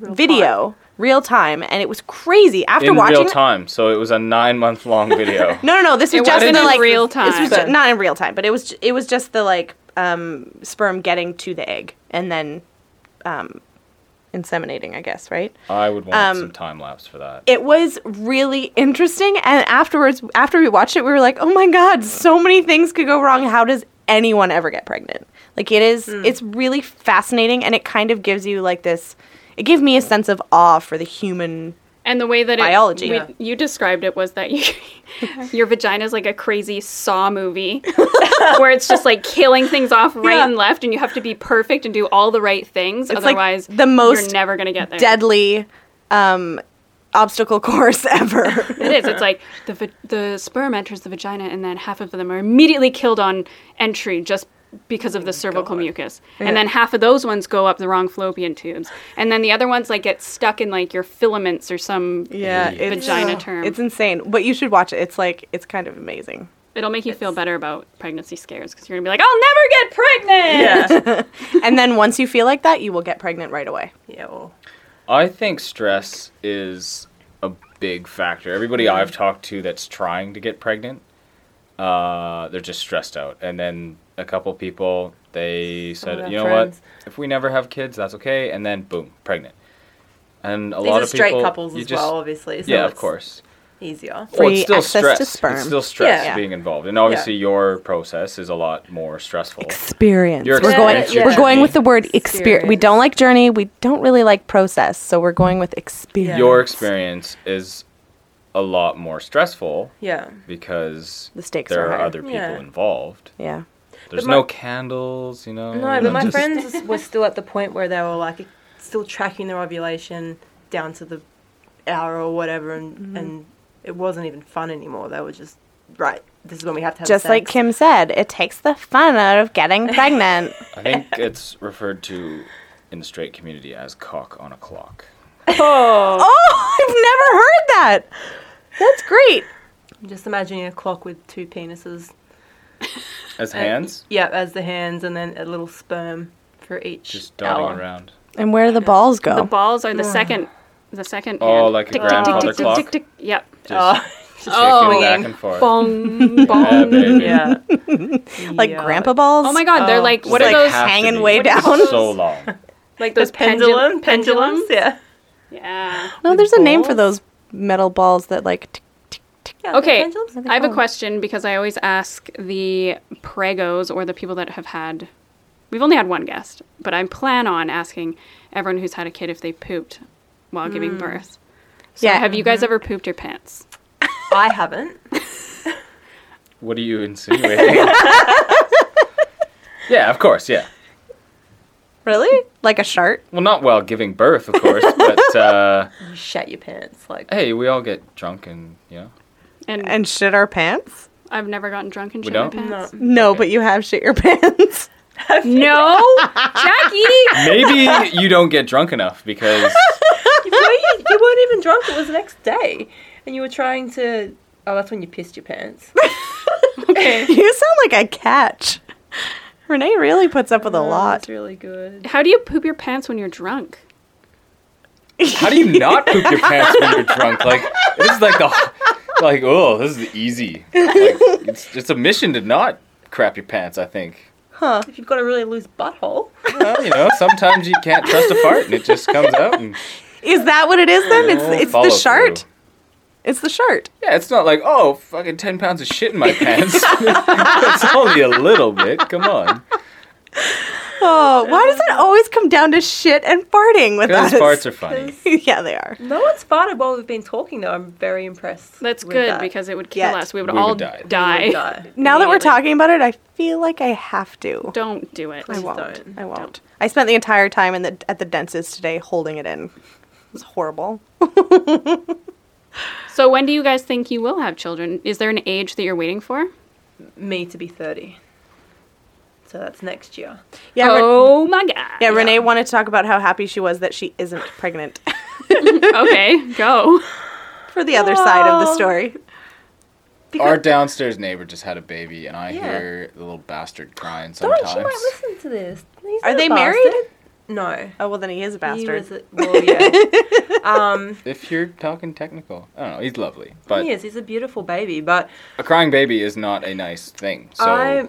Real video, real time, and it was crazy. After In watching, real it- time, so it was a nine month [laughs] long video. no, no, no. This was It just wasn't the, in like real This was time. ju- not in real time, but it was ju- it was just the like um, sperm getting to the egg and then um, inseminating. I guess right. I would want Um, some time lapse for that. it was really interesting and afterwards after we watched it we were like oh my god so many things could go wrong how does Hmm. anyone ever get pregnant like it is it's really fascinating and it kind of gives you like this it gave me a sense of awe for the human. And the way that it, Biology. we- Yeah. you described it was [laughs] that you, [laughs] your vagina is like a crazy Saw movie [laughs] where it's just like killing things off right Yeah. and left, and you have to be perfect and do all the right things. It's like Otherwise, the most you're never gonna get there. deadly um, obstacle [laughs] course ever. It is. It's like the va- the sperm enters the vagina, and then half of them are immediately killed on entry just because Oh of the cervical mucus, and then half of those ones go up the wrong fallopian tubes, and then the other ones like get stuck in like your filaments or some yeah, it's, uh, vagina term. it's insane. But you should watch it. It's like it's kind of amazing. It'll make you feel better about pregnancy scares because you're gonna be like, I'll never get pregnant. [laughs] Yeah. and then once you feel like that, you will get pregnant right away. yeah. Well, I think stress is a big factor. Everybody I've talked to that's trying to get pregnant, uh, they're just stressed out. And then a couple people, they of said, our you know friends. what? If we never have kids, that's okay. And then boom, pregnant. And a these lot are of straight people, couples you as just- well, obviously. So yeah, of it's course. Easier. Well, it's Free still access to stress. sperm. It's still stress Yeah. being involved, and obviously your process is a lot more stressful. Experience. Your We're going. experience, your We're going journey. with the word experience. Experience. We don't like journey. We don't really like process. So we're going with experience. Your experience is a lot more stressful Yeah. because The stakes there are are higher. other people Yeah. involved. Yeah. There's my- no candles, you know. No, but my just- friends were still at the point where they were like still tracking their ovulation down to the hour or whatever, and and it wasn't even fun anymore. They were just right. This is when we have to have Just like sex." Kim said, it takes the fun out of getting pregnant. I think it's referred to in the straight community as cock on a clock. oh, I've never heard that. That's great. I'm just imagining a clock with two penises. As Uh, hands, Yeah, as the hands, and then a little sperm for each. just dotting Oh. hour. around. And where do the balls go? The balls are the second, the second. Oh, hand. like a Tick, tick, tick, grandfather tick, tick, clock? tick, tick. Yep. Just Oh, Oh. shaking back and [laughs] forth. Bong, Yeah, bong. [laughs] baby. [laughs] [laughs] Yeah. like Yeah. grandpa balls? Oh my god, they're Oh, like Just what are like those? have to hanging be way for down? So long. Like The those pendulum, pendulum pendulums, yeah. Yeah. No, there's a name for those balls? metal balls that like tick, tick, tick. yeah Okay, Pendulums. I have a question because I always ask the pregos or the people that have had. We've only had one guest, but I plan on asking everyone who's had a kid if they pooped while Mm. giving birth. So Yeah. have you Mm-hmm. guys ever pooped your pants? I haven't. What are [laughs] you insinuating? yeah, of course, yeah. Really? Like a shark? Well, not while giving birth, of course, [laughs] but uh, You shat your pants like. Oh, hey, we all get drunk and, you know. And, And shit our pants? I've never gotten drunk and We shit my don't? [laughs] pants. No, but you have shit your [laughs] pants. [laughs] No, Jackie. Maybe you don't get drunk enough because Well, you, you weren't even drunk. It was the next day, and you were trying to. Oh, that's when you pissed [laughs] your pants. you sound like a catch. Renee really puts up with a lot. Oh, That's really [laughs] good. How do you poop your pants when you're drunk? how do you not poop your pants when you're drunk? Like, this is like the, like, oh, this is easy. Like, it's, it's a mission to not crap your pants, I think. If you've got a really loose [laughs] butthole, Well, you know, sometimes you can't trust a fart and it just comes out and Is that what it is then? It's it's the follow shart. through. It's the shart. Yeah, it's not like, oh, fucking 10 pounds of shit in [laughs] my pants. it's only a little bit. Come on. Oh, why does it always come down to shit and farting with Those us? farts are funny. [laughs] yeah, they are. no one's farted while we've been talking. Though I'm very impressed. That's with good that. because it would kill Yet. us. We would We would all die. die. I would die. [laughs] Now that we're immediately. talking about it, I feel like I have to. [laughs] Don't do it. I Please won't. don't. I won't. I spent the entire time in the at the dentist today holding it in. It was horrible. So when do you guys think you will have children? Is there an age that you're waiting for? me to be thirty. So that's next year. Yeah. Ren- oh my god. yeah, Renee wanted to talk about how happy she was that she isn't pregnant. [laughs] okay, go. For the other side of the story. Our downstairs neighbor just had a baby, and I Yeah. hear the little bastard crying Don't sometimes. she might listen to this. He's Are not a they bastard. married? No. Oh well, then he is a He bastard. was a, well, yeah. um, If you're talking technical, I don't know. He's lovely, but he is. He's a beautiful baby, but a crying baby is not a nice thing. So I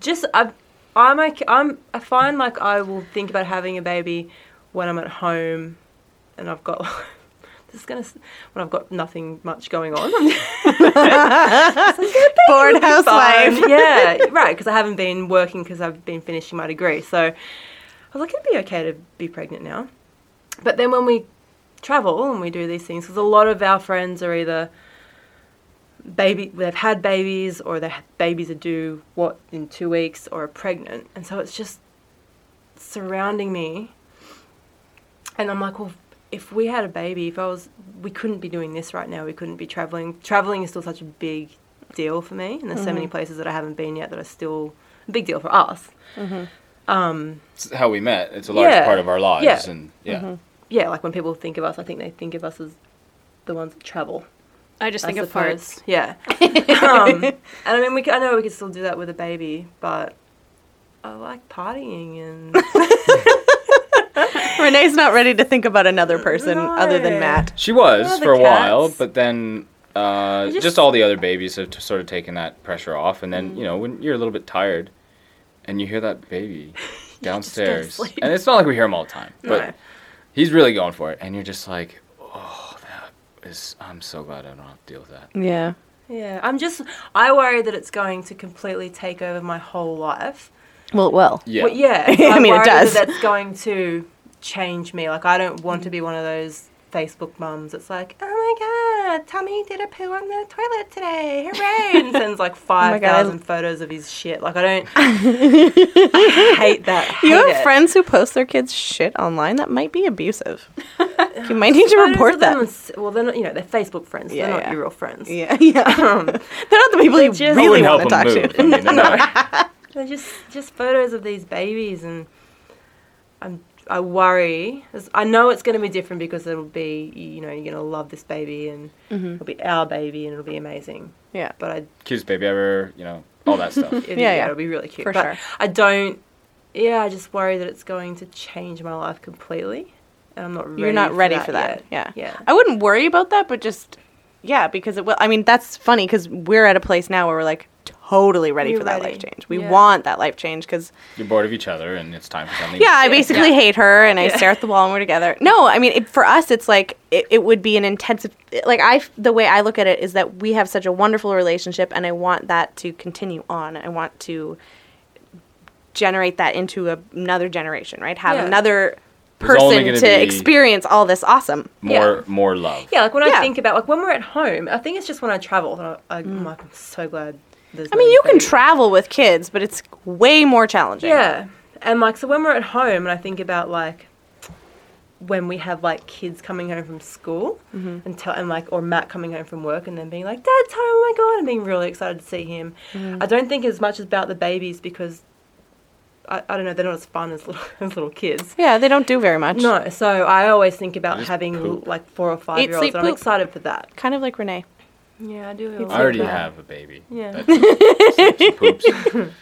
just I I'm okay, I'm I find like I will think about having a baby when I'm at home and I've got [laughs] this is gonna s- when I've got nothing much going on. [laughs] Bored [laughs] housewife. Um, yeah, right. Because I haven't been working because I've been finishing my degree, so I was like, it'd be okay to be pregnant now. But then when we travel and we do these things, because a lot of our friends are either baby they've had babies or their babies are due what in two weeks or are pregnant, and so it's just surrounding me. And I'm like, well, if we had a baby, if I was, we couldn't be doing this right now. We couldn't be traveling. Traveling is still such a big deal for me, and there's so Mm-hmm. many places that I haven't been yet that are still a big deal for us. Um, It's how we met. It's a large Yeah. part of our lives, Yeah. and yeah, yeah, like when people think of us, I think they think of us as the ones that travel. I just I think of suppose. farts. [laughs] Yeah. um, and I mean, we c I I know we could still do that with a baby, but I like partying [laughs] and Renee's not ready to think about another person other than No. Matt. she was Oh, the for a while, cats. but then uh, just, just- all the other babies have t- sort of taken that pressure off, and then you know when you're a little bit tired, and you hear that baby downstairs, sleep. and it's not like we hear him all the time, but No. he's really going for it, and you're just like, oh, that is. I'm so glad I don't have to deal with that. Yeah. yeah. I'm just I worry that it's going to completely take over my whole life. Well, well. Yeah, Well, yeah. [laughs] I mean, it worry does. That that's going to change me. Like, I don't want to be one of those Facebook mums that's like, oh my god, Tommy did a poo on the toilet today. Hooray! And [laughs] sends like Oh my God, I- 5,000 photos of his shit. Like, [laughs] I don't. I hate that. Hate You have it. friends who post their kids' shit online. That might be [laughs] abusive. you might need to Photos report of them that. on s- Well, they're not, you know, they're Facebook friends. Yeah, they're not yeah. your real [laughs] friends. Yeah, [laughs] yeah. They're not the people you Um, just- really I want to wouldn't talk help him move. I to. mean, they're not- They're just just photos of these babies, and I'm I worry. 'cause I know it's going to be different because it'll be you know you're going to love this baby, and it'll be our baby, and it'll be amazing. [laughs] Mm-hmm. Yeah. But I cutest baby ever. You know all that stuff. it, Yeah, yeah, yeah. it'll be really cute. For but sure. I don't. Yeah, I just worry that it's going to change my life completely, and I'm not. ready You're not ready for that. yet. Yeah. Oh, Yeah. I wouldn't worry about that, but just yeah, because it will. I mean, that's funny because we're at a place now where we're like totally ready You're for that ready. life change. We Yeah. want that life change because You're bored of each other, and it's time for something. yeah, I basically hate her and I stare at the wall and we're together. No, I mean it, for us, it's like it, it would be an intensive. Like I, f- the way I look at it is that we have such a wonderful relationship, and I want that to continue on. I want to generate that into a, another generation, right? Have Yeah. another There's only person gonna to be- experience all this awesome. more more love. Yeah, like when Yeah. I think about like when we're at home, I think it's just when I travel that I, I, am like I'm so glad. There's Mm. I mean, you can travel. travel with kids, but it's way more challenging. Yeah. And like so when we're at home and I think about like when we have like kids coming home from school and tell and like or Matt coming home from work and then being like, Dad's home, oh my god, and being really excited to see him. I don't think as much about the babies because I, I don't know, they're not as fun as little [laughs] as little kids. yeah, they don't do very much. No, so I always think about Just having poop. like four or five Eat, year olds sleep, and I'm poop. excited for that. kind of like Renee. Yeah, I do. I already have a baby. Yeah. That sleeps [laughs] and poops.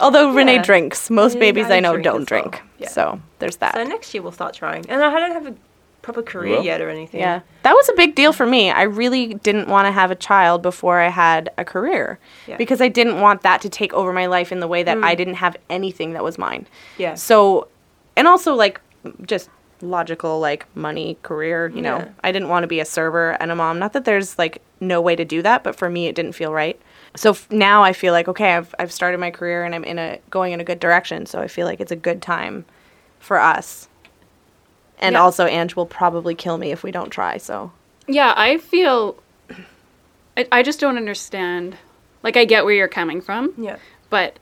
Although Renee Yeah. drinks, most Yeah, babies I I know drink don't as well. drink. Yeah. So there's that. So next year we'll start trying. And I don't have a proper career Well. yet or anything. Yeah. That was a big deal for me. I really didn't want to have a child before I had a career Yeah. because I didn't want that to take over my life in the way that I didn't have anything that was mine. Yeah. So, and also like just logical, like money, career, you Yeah. know, I didn't want to be a server and a mom. Not that there's like no way to do that, but for me, it didn't feel right. So f- now I feel like, okay, I've, I've started my career and I'm in a going in a good direction. So I feel like it's a good time for us. And Yeah. also, Ange will probably kill me if we don't try. So Yeah, I feel. I, I just don't understand. Like, I get where you're coming from, Yeah. but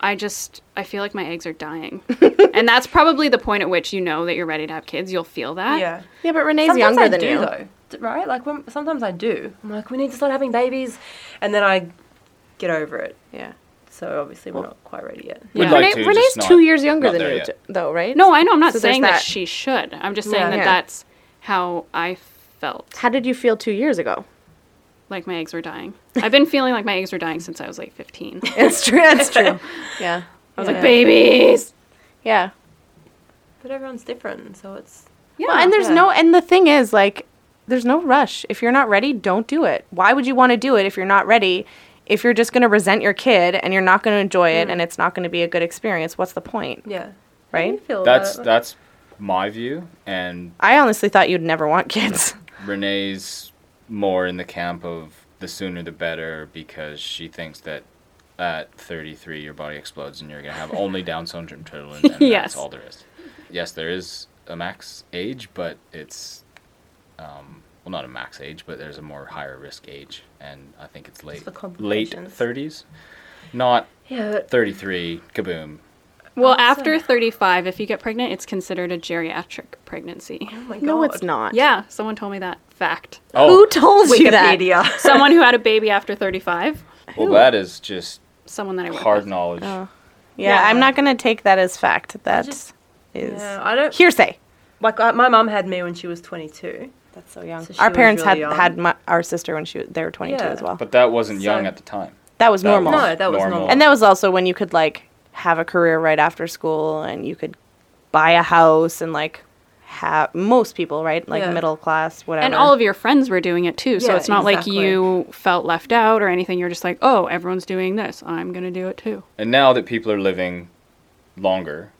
I just. I feel like my eggs are dying. [laughs] and that's probably the point at which you know that you're ready to have kids. You'll feel that. Yeah. yeah, but Renee's Sometimes younger I than do, you. though, d- right? Like when, sometimes I do. I'm like, we need to start having babies, and then I get over it. Yeah, So obviously we're not quite ready yet. We'd Yeah. like Renee, to, just Renee's not- two years younger not than there you, yet. t- though, right? No, I know. I'm not So there's saying that. that. she should. I'm just saying Yeah. that Yeah. that's how I felt. How did you feel two years ago? Like, my eggs were dying. I've been feeling like my eggs were dying since I was like 15. I It's true. [laughs] It's true. Yeah, was Yeah. like, babies! yeah. But everyone's different, so it's Yeah. Well, and there's Yeah. no, and the thing is, like, there's no rush. If you're not ready, don't do it. Why would you want to do it if you're not ready? If you're just going to resent your kid and you're not going to enjoy it and it's not going to be a good experience, what's the point, yeah. right? Feel That's that. that's my view, and I honestly thought you'd never want kids. Renee's more in the camp of the sooner the better because she thinks that at 33 your body explodes and you're gonna have only Down syndrome children. And Yes. That's all there is. Yes, there is a max age, but it's um, well not a max age, but there's a more higher risk age, and I think it's late for late complications. thirties, not Yeah, but thirty three. Kaboom! Well, Oh, so- after 35, if you get pregnant, it's considered a geriatric pregnancy. oh my [laughs] god. No, it's not. [laughs] Yeah, someone told me that fact. Oh, Who told you that? [laughs] Wikipedia. Someone who had a baby after 35, well, that is just someone that I work hard with. knowledge. Oh. Yeah, Yeah. I'm not gonna take that as fact. That is just- Yeah, I don't. hearsay. Like I, my mum had me when she was 22. That's so young. So she our was parents really had young. had my, our sister when she was, they were 22 Yeah. as well. But that wasn't So- young at the time. that was normal. No, that was normal. And that was also when you could like have a career right after school and you could buy a house and like have most people, right? Like Yeah. middle class, whatever. And all of your friends were doing it too. So Yeah, it's not exactly. like you felt left out or anything. You're just like, oh, everyone's doing this. I'm going to do it too. and now that people are living longer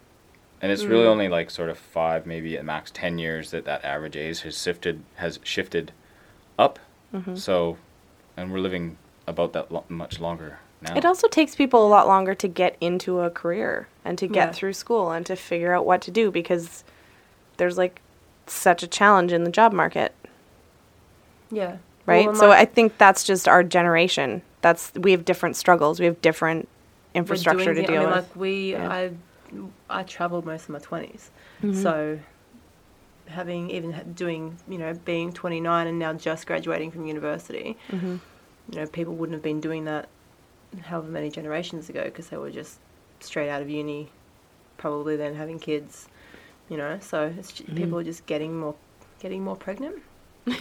and it's Mm. really only like sort of five maybe at max 10 years that that average age has shifted has shifted up Mm-hmm. so and we're living about that lo- much longer now it also takes people a lot longer to get into a career and to get Yeah. through school and to figure out what to do because there's like such a challenge in the job market. Yeah. right? Well, so my- I think that's just our generation. That's we have different struggles. We have different we're infrastructure doing to the- deal I mean, with. Like we, I, I traveled most of my 20s Mm-hmm. so having even ha- doing you know being 29 and now just graduating from university, Mm-hmm. you know people wouldn't have been doing that however many generations ago because they were just straight out of uni, probably then having kids, you know. So it's Mm-hmm. ju- people are just getting more, getting [laughs] more pregnant,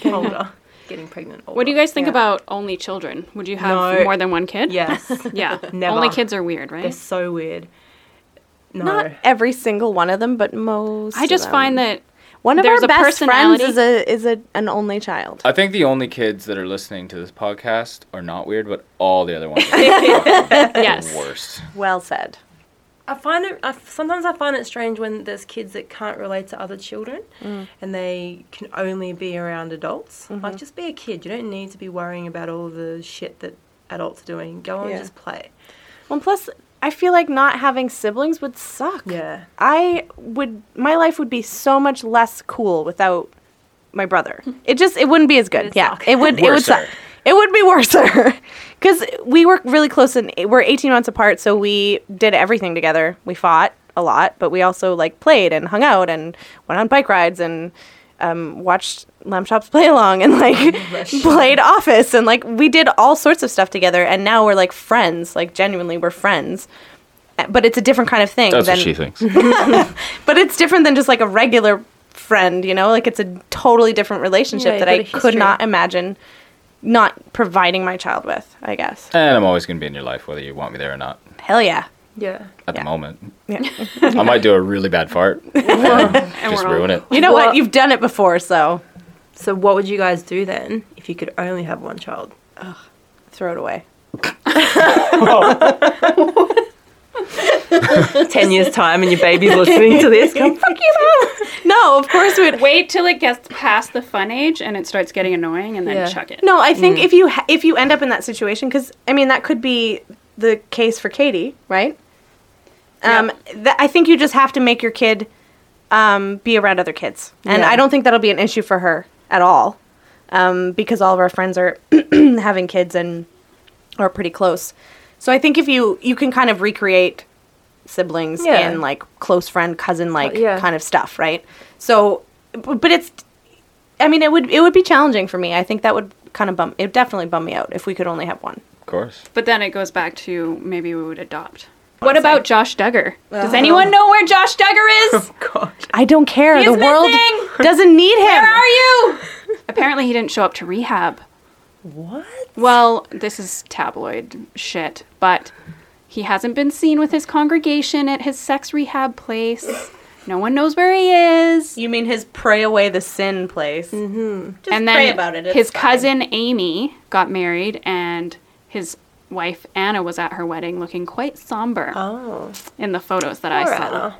older, getting pregnant. Older. What do you guys think Yeah. about only children? Would you have No. more than one kid? Yes, [laughs] Yeah. Never. Only kids are weird, right? they're so weird. No. Not every single one of them, but most. I of just them. find that one of there's our a best friends personality- is a is a, an only child. i think the only kids that are listening to this podcast are not weird but all the [laughs] other ones are yes. the worst Well said. I find it. I, sometimes I find it strange when there's kids that can't relate to other children, and they can only be around adults. Like, just be a kid. You don't need to be worrying about all the shit that adults are doing. Go on, Yeah. and just play. Well, plus I feel like not having siblings would suck. Yeah. I would. My life would be so much less cool without my [laughs] brother. It just it wouldn't be as good. It'd yeah, suck. it would. It would. Suck. Worser. It would be [laughs] worse because we were really close and we're 18 months apart, so we did everything together. We fought a lot, but we also like played and hung out and went on bike rides and um, watched Lamb Chop's [laughs] play along and like [laughs] played Office and like we did all sorts of stuff together. And now we're like friends, like genuinely we're friends. Uh, But it's a different kind of thing. that's than, what [laughs] she thinks but it's different than just like a regular friend, you know? Like it's a totally different relationship Yeah, that you've I got a could not history. imagine not providing my child with, I guess. and i'm always going to be in your life whether you want me there or not Hell yeah. Yeah. at Yeah. the moment Yeah. i might do a really bad fart [laughs] And just we're all- [laughs] ruin it You know what? Well- You've done it before, so So what would you guys do then if you could only have one [laughs] child? throw it away. Ten years time, and your baby's listening to this. Go, Fuck you, mum. No, of course we would. Wait till it gets past the fun age and it starts getting annoying and then Yeah. chuck it. No, I think if you ha- if you end up in that situation cuz I mean that could be the case for Katie, right? Um th- I think you just have to make your kid um, be around other kids. And Yeah. I don't think that'll be an issue for her at all um, because all of our friends are [clears throat] having kids and are pretty close. So I think if you you can kind of recreate siblings Yeah. and like close friend cousin like yeah. kind of stuff, right? So, b- but it's I mean it would it would be challenging for me. I think that would kind of bum it would definitely bum me out if we could only have one. of course But then it goes back to maybe we would adopt. What about Josh Duggar? Does anyone know where Josh Duggar is? God. I don't care. He's the world [laughs] missing! doesn't need him. Where are you? Apparently, he didn't show up to rehab. What? Well, this is tabloid shit, but he hasn't been seen with his congregation at his sex rehab place. No one knows where he is. You mean his pray away the sin place? Mm-hmm. Just and pray then about it. it's his fine. cousin Amy got married, and his wife Anna was at her wedding, looking quite somber Oh, in the photos that I poor saw. Anna.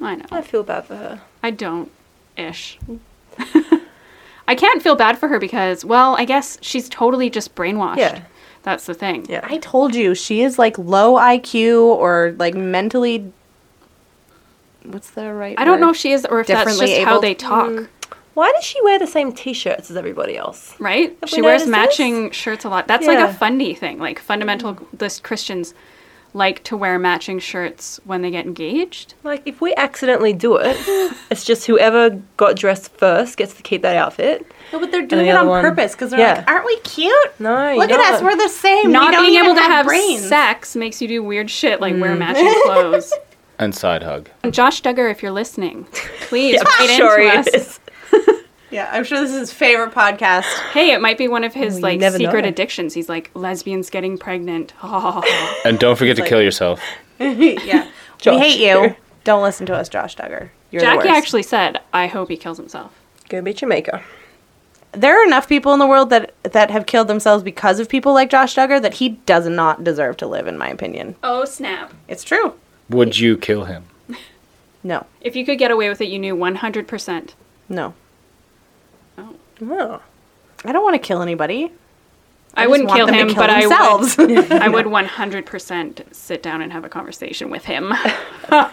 I know. I feel bad for her. I don't ish. [laughs] I can't feel bad for her because, well, I guess she's totally just brainwashed. Yeah. That's the thing. Yeah. I told you she is like low IQ or like mentally what's the right? I don't know word? if she is or if that's Differently just how abled? they talk, Mm-hmm. Why does she wear the same T-shirts as everybody else? right? Have we she wears noticed matching shirts a lot. That's like Yeah. Mm-hmm. a fundy thing. Like fundamentalist Christians like to wear matching shirts when they get engaged. Like, if we accidentally do [laughs] it, it's just whoever got dressed first gets to keep that outfit. No, but they're the doing it other on one- purpose because they're Yeah. like, aren't we cute? No, you're Look at us, not. we're the same. Not we don't being even able to have have brains. sex makes you do weird shit like Mm. wear matching [laughs] clothes. And side hug. Josh Duggar, if you're listening, please Yeah, write sure into he us. is. Yeah, I'm sure this is his favorite podcast. Hey, it might be one of his you like never secret know. addictions. He's like lesbians getting pregnant. [laughs] And don't forget to kill yourself. [laughs] yeah, we Josh. hate you. Don't listen to us, Josh Duggar. You're the Jackie worst. actually said, "I hope he kills himself." Go be Jamaica. there are enough people in the world that that have killed themselves because of people like Josh Duggar that he does not deserve to live, in my opinion. Oh snap! It's true. Would you kill him? No, If you could get away with it, you knew one hundred percent. no, Oh. I don't want to kill anybody. I just wouldn't want kill them to him, but themselves. [laughs] I [laughs] would. I would one hundred percent sit down and have a conversation with him. [laughs] what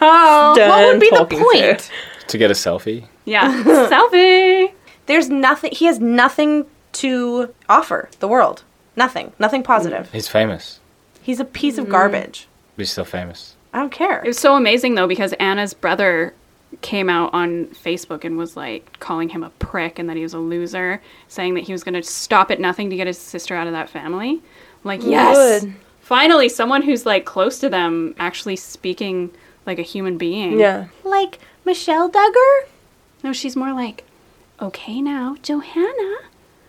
Done would be the talking to. point? To get a selfie? [laughs] Yeah, selfie. There's nothing. He has nothing to offer the world. Nothing. Nothing positive. He's famous. Mm. He's a piece of garbage. He's still famous. I don't care. It was so amazing though because Anna's brother came out on Facebook and was like calling him a prick and that he was a loser, saying that he was going to stop at nothing to get his sister out of that family. I'm like, yes. Good. Finally, someone who's like close to them actually speaking like a human being. Yeah. like Michelle Duggar. No, she's more like, okay now, Johanna,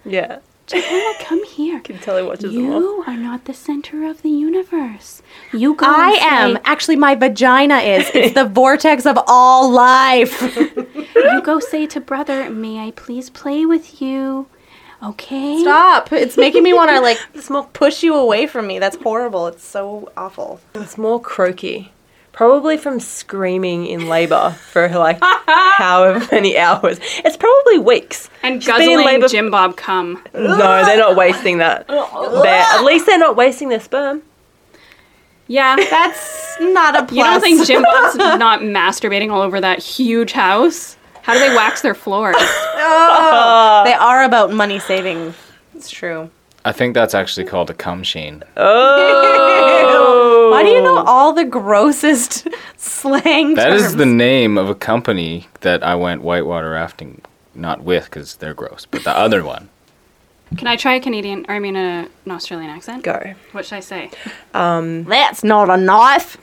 Yeah. Johanna, come here. Can tell he watches them all. You are not the center of the universe. You go. I and say- am. Actually, my vagina is. It's [laughs] the vortex of all life. You go say to brother, may I please play with you? Okay. Stop. It's making me want to [laughs] like Small push you away from me. That's horrible. It's so awful. It's more croaky. Probably from screaming in labour for [laughs] like however many hours. It's probably weeks. And She's been in guzzling labour- Jim Bob cum. No, they're not wasting [laughs] that. They're- at least they're not wasting their sperm. Yeah. That's not a plus. You don't think Jim Bob's not masturbating all over that huge house? How do they wax their floors? they are about money saving. It's true. I think that's actually called a cum sheen. [laughs] Why do you Oh. know all the grossest [laughs] slang? That is terms? the name of a company that I went whitewater rafting, not with because they're gross, but the other one. Can I try a Canadian, or I mean a, an Australian accent? Go. What should I say? That's not a knife.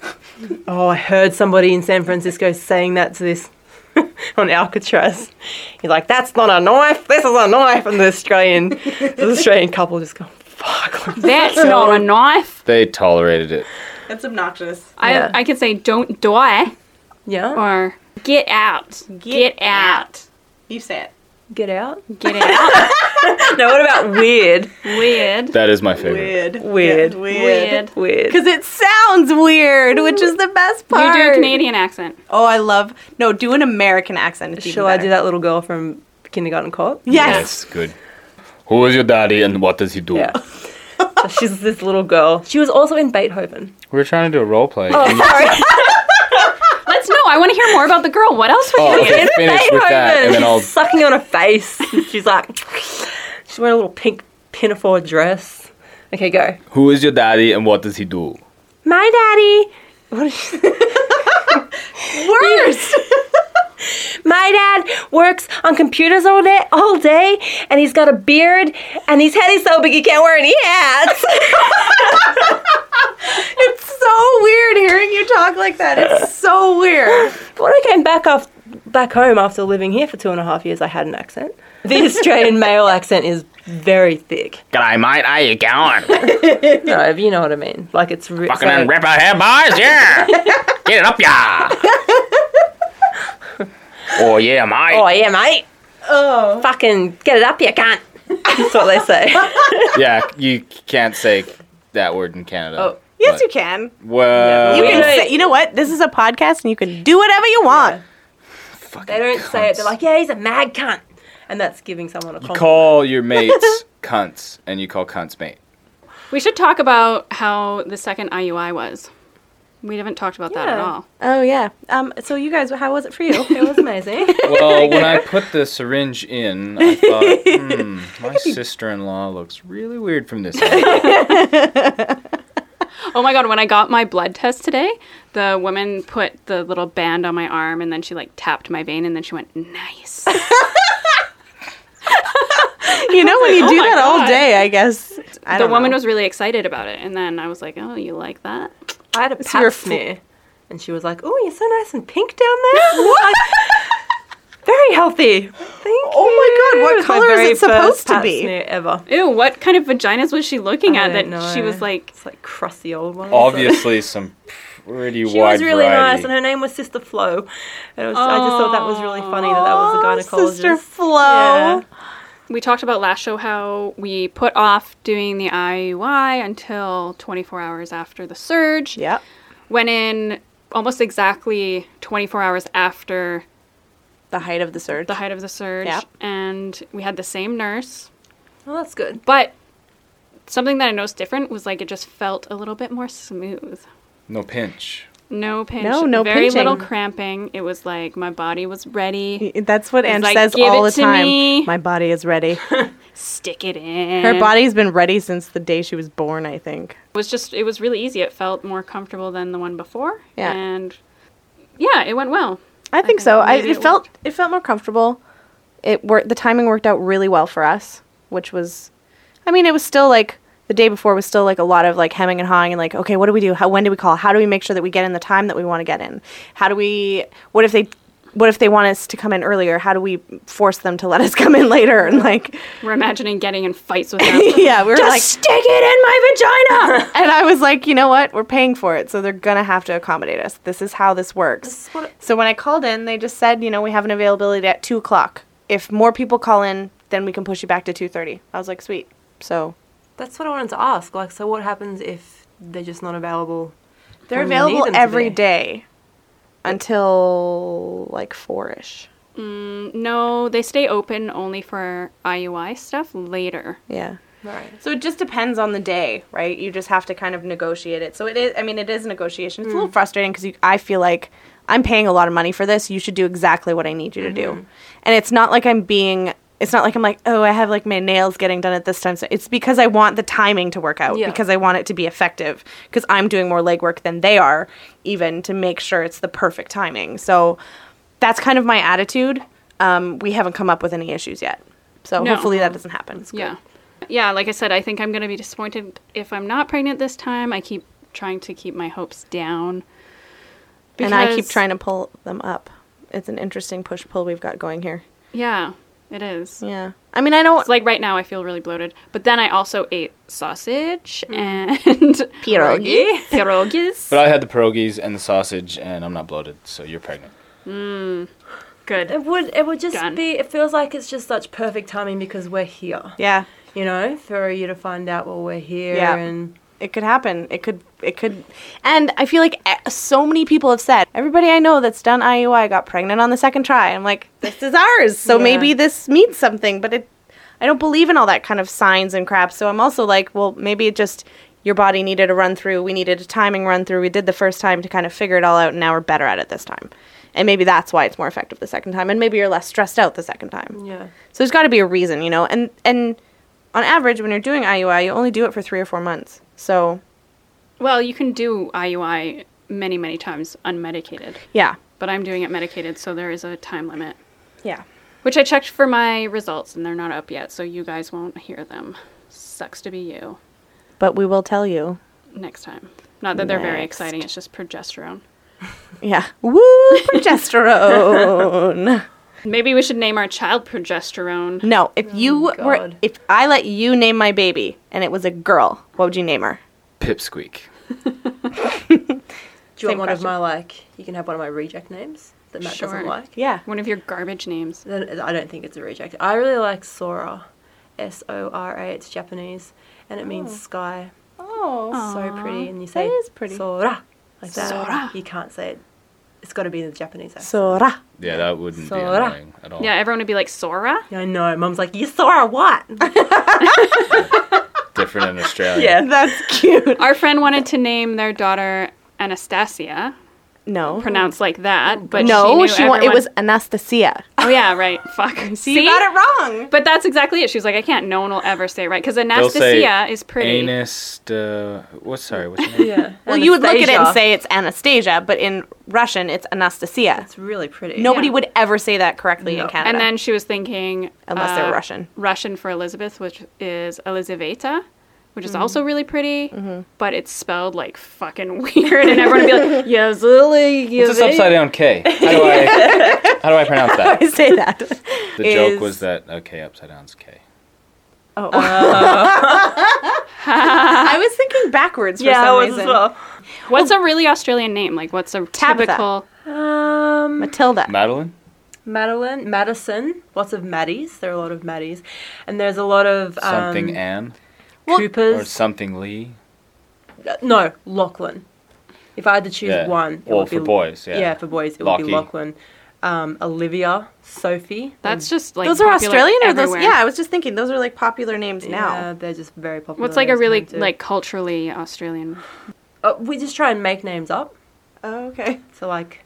Oh, I heard somebody in San Francisco saying that to this [laughs] on Alcatraz. He's like, "That's not a knife. This is a knife." And the Australian, the Australian couple just go, "Fuck." [laughs] That's not a knife. They tolerated it. That's obnoxious. I, I could say don't die Yeah. or get out. Get, out. You say it. Get out. Get out. No, what about weird? Weird. That is my favorite. Weird. Weird. Weird. Because it sounds weird, which is the best You part. do a Canadian accent. Oh, I love. No, do an American accent. It's even Shall I better. do that little girl from Kindergarten Cop? Yes. good. Who is your daddy and what does he do? Yeah. [laughs] So she's this little girl. She was also in [laughs] Beethoven. We are trying to do a role play. and- Let's know. I want to hear more about the girl. What else would oh, you okay, finish with that, and then I'll. She's [laughs] sucking on her face. She's like, she's wearing a little pink pinafore dress. Okay, go. Who is your daddy and what does he do? My daddy. What is [laughs] she? Worse. My dad works on computers all day, all day, and he's got a beard, and his head is so big he can't wear any [laughs] hats. It's so weird hearing you talk like that. It's so weird. But when I came back off back home after living here for two and a half years, I had an accent. The [laughs] Australian male accent is very thick. G'day, mate. How you going? No, you know what I mean. Like it's re- Fucking and rip out hair boys, yeah. [laughs] Get it up, yeah. oh yeah, mate. Oh yeah, mate. Oh. Fucking get it up, you can't. That's what they [laughs] say. yeah, you can't say that word in Canada. Oh, [laughs] Yes, you can. Well, You can say. You know what? This is a podcast, and you can do whatever you want. fucking They don't say it. They're cunts. like, yeah, he's a mad cunt, and that's giving someone a [laughs] [laughs] compliment. call your [laughs] mates cunts, and you call cunts mate. We should talk about how the second IUI was. We haven't talked about that at Yeah. all. Oh yeah. Um. So you guys, how was it for you? It was amazing. Well, when I put the syringe in, I [laughs] thought, hmm, my sister-in-law looks really weird from this [laughs] angle. Oh my god, when I got my blood test today, the woman put the little band on my arm and then she like tapped my vein and then she went, "Nice." [laughs] you know, [laughs] when you do my that all God. day, I guess. I the don't woman know. was really excited about it and then I was like, "Oh, you like that?" I had a So you're pap fl- smear, and she was like, "Oh, you're so nice and pink down [laughs] there. what? very healthy. Thank Oh my God, what you. It's my colour is very it supposed first to pap be? Smear ever. Ew, what kind of vaginas was she looking I at that don't she know. was like, It's like crusty old one. Obviously, some pretty She wide was really variety. nice, and her name was Sister Flo. And it was, I just thought that was really funny that that was a Oh, gynecologist. Sister Flo. Yeah. we talked about last show how we put off doing the IUI until 24 hours after the surge. Yep. Went in almost exactly 24 hours after The height of the surge. the height of the surge Yep. and we had the same nurse Oh, that's good. but something that i noticed different was like it just felt a little bit more smooth No pinch. no pinch No, no very little pinching. cramping it was like my body was ready That's what Anne like, says "Give all it the to time. me." My body is [laughs] ready. stick it in Her body's been ready since the day she was born, I think. it was just it was really easy it felt more comfortable than the one before Yeah. and yeah it went well I think think so. I, maybe it it felt it felt more comfortable. It worked. The timing worked out really well for us, which was, I mean, it was still like the day before was still like a lot of like hemming and hawing and like, okay, what do we do? How when do we call? How do we make sure that we get in the time that we want to get in? How do we? What if they? What if they want us to come in earlier? How do we force them to let us [laughs] come in later? And like, we're imagining getting in fights with them [laughs] yeah, we were Just like, stick it in my vagina [laughs] and I was like, you know what? We're paying for it, so they're gonna have to accommodate us. This is how this works. This is what- so when I called in, they just said, you know, we have an availability at two o'clock. If more people call in, then we can push you back to two thirty. I was like, sweet. So That's what I wanted to ask. Like, so what happens if they're just not available? they're when you need available them to every be? day until like four ish. No, they stay open only for IUI stuff later. Yeah. Right. So it just depends on the day, right? You just have to kind of negotiate it. So it is. I mean, it is a negotiation. It's a little frustrating because I feel like I'm paying a lot of money for this. You should do exactly what I need you to do, and it's not like I'm being. It's not like I'm like, oh, I have like my nails getting done at this time. So it's because I want the timing to work out Yeah. because I want it to be effective because I'm doing more legwork than they are, even to make sure it's the perfect timing. So that's kind of my attitude. Um, we haven't come up with any issues yet, so No. hopefully that doesn't happen. Yeah. Yeah, like I said, I think I'm going to be disappointed if I'm not pregnant this time. I keep trying to keep my hopes down. and I keep because- trying to pull them up. It's an interesting push pull we've got going here. Yeah, it is. Yeah. I mean, I don't It's like right now I feel really bloated, but then I also ate sausage and Hmm. [laughs] pierogi. pierogies. But I had the pierogies and the sausage, and I'm not bloated, so you're pregnant. Good. It would. It would just Done. be. It feels like it's just such perfect timing because we're here. Yeah. You know, for you to find out well we're here Yeah. and It could happen. It could it could and I feel like eh, so many people have said, everybody I know that's done IUI got pregnant on the second try. I'm like, this is ours. So Yeah. maybe this means something, but it I don't believe in all that kind of signs and crap. So I'm also like, well, maybe it just your body needed a run through. We needed a timing run through. We did the first time to kind of figure it all out, and now we're better at it this time. And maybe that's why it's more effective the second time. And maybe you're less stressed out the second time. yeah. So there's got to be a reason, you know. And and on average, when you're doing IUI, you only do it for three or four months. So Well, you can do IUI many, many times unmedicated, yeah, but I'm doing it medicated, so there is a time limit. yeah. Which I checked for my results and they're not up yet, so you guys won't hear them. Sucks to be you But we will tell you. next time. Not that they're very Next. exciting, it's just progesterone. Yeah. [laughs] Woo! Progesterone. Maybe we should name our child progesterone. no, if you were, God. if I let you name my baby and it was a girl, what would you name her? Pipsqueak. Do you Same want one question. of my like? You can have one of my reject names that Matt Sure. doesn't like. Yeah. One of your garbage names. Then I don't think it's a reject. I really like Sora, S O R A. It's Japanese, and it means sky. Oh. So pretty, and you say is pretty. Sora like that. Sora. You can't say it. It's got to be in the Japanese accent. Sora. Yeah, that wouldn't be Sora. annoying at all. Yeah, everyone would be like, Sora? Yeah, I know. Mum's like, you Sora what? Different in Australia. That's cute. Our friend wanted to name their daughter Anastasia, [laughs] No. pronounced like that, but she no, knew she, wa- everyone- it was Anastasia. Oh yeah, [laughs] right. Fuck. See, you got it wrong. But that's exactly it. She was like, I can't. No one will ever say it right because They'll say Anastasia is pretty. Anus. Uh, what's sorry? What's your [laughs] name? [laughs] Yeah. Well, you would look at it and Anastasia. say it's Anastasia, but in Russian it's Anastasia. it's really pretty. Nobody Yeah. would ever say that correctly in No. Canada. And then she was thinking, Unless they're uh, Russian. Russian for Elizabeth, which is Elizaveta, which Mm-hmm. is also really pretty, but it's spelled like fucking [laughs] weird, and everyone would be [laughs] like, "Yes, Lily, What's this upside down K? How do I? how do I pronounce that? I say that. The joke is- was that okay, upside down's K. Oh. I was thinking backwards for Yeah, I some was reason. as well. What's a really Australian name? Like, what's a Tabitha. typical? Um, Matilda. Madeline. Madeline, Madison, lots of Maddies. There are a lot of Maddies, and there's a lot of um, Something Anne or Coopers. something Lee. Uh, no, Lachlan. If I had to choose Yeah. one, Or for boys, yeah. yeah, for boys, it would Lachie. be Lachlan, um, Olivia, Sophie. That's just like Mm. those are popular Australian or those? everywhere. Yeah, I was just thinking those are like popular names and- now. yeah, they're just very popular. What's like a those really kinds of- like culturally Australian? Uh, we just try and make names up. Oh, okay. So like,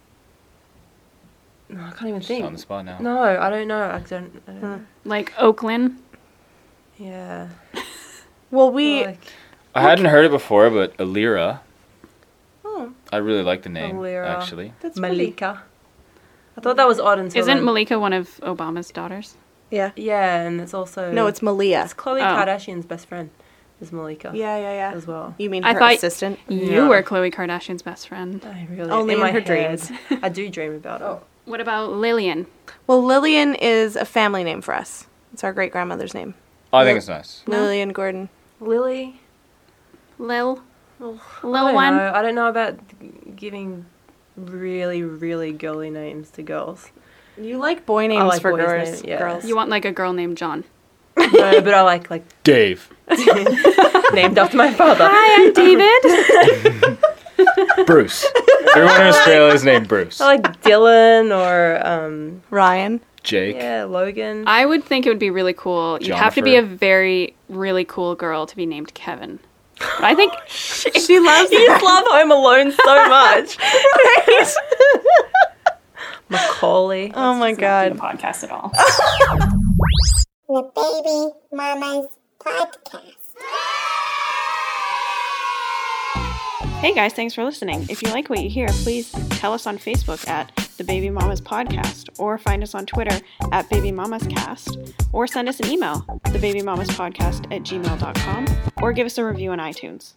no, I can't even Just on think. the spot now. No, I don't know. I don't. I don't know. Like Oakland. Yeah. Well, we like, I hadn't heard it before, but Alira. Oh. I really like the name Alira. actually. that's pretty. Malika. I thought that was odd until Isn't then. Malika one of Obama's daughters? Yeah. Yeah, and it's also No, it's Malia. it's Khloe Oh. Kardashian's best friend is Malika. Yeah, yeah, yeah. as well. You mean I her thought- assistant? You Yeah. were Khloe Kardashian's best friend. I really Only in her head, dreams. I do dream [laughs] about it. What about Lillian? Well, Lillian is a family name for us. It's our great grandmother's name. Oh, I think it's nice. Lillian Gordon. Lily, Lil? Oh, I Lil don't Oh, one? know. I don't know about giving really, really girly names [laughs] to girls. You like boy names like for boys' girls. name- yeah. girls. You want like a girl named John. no, but I like like Dave. named after my father. Hi, I'm David. Bruce. Everyone in Australia is named Bruce. I like Dylan or um, Ryan. Jake. yeah, Logan. I would think it would be really cool. You'd have to be a Jennifer. very, really cool girl to be named Kevin. But I [laughs] think She loves you just love Home Alone [laughs] so much. [laughs] Macaulay. Oh my god. podcast at all. [laughs] The Baby Mama's Podcast. Hey guys, thanks for listening. If you like what you hear, please tell us on Facebook at The Baby Mamas Podcast, or find us on Twitter at Baby Mamas Cast, or send us an email, thebabymamaspodcast at gmail.com, or give us a review on iTunes.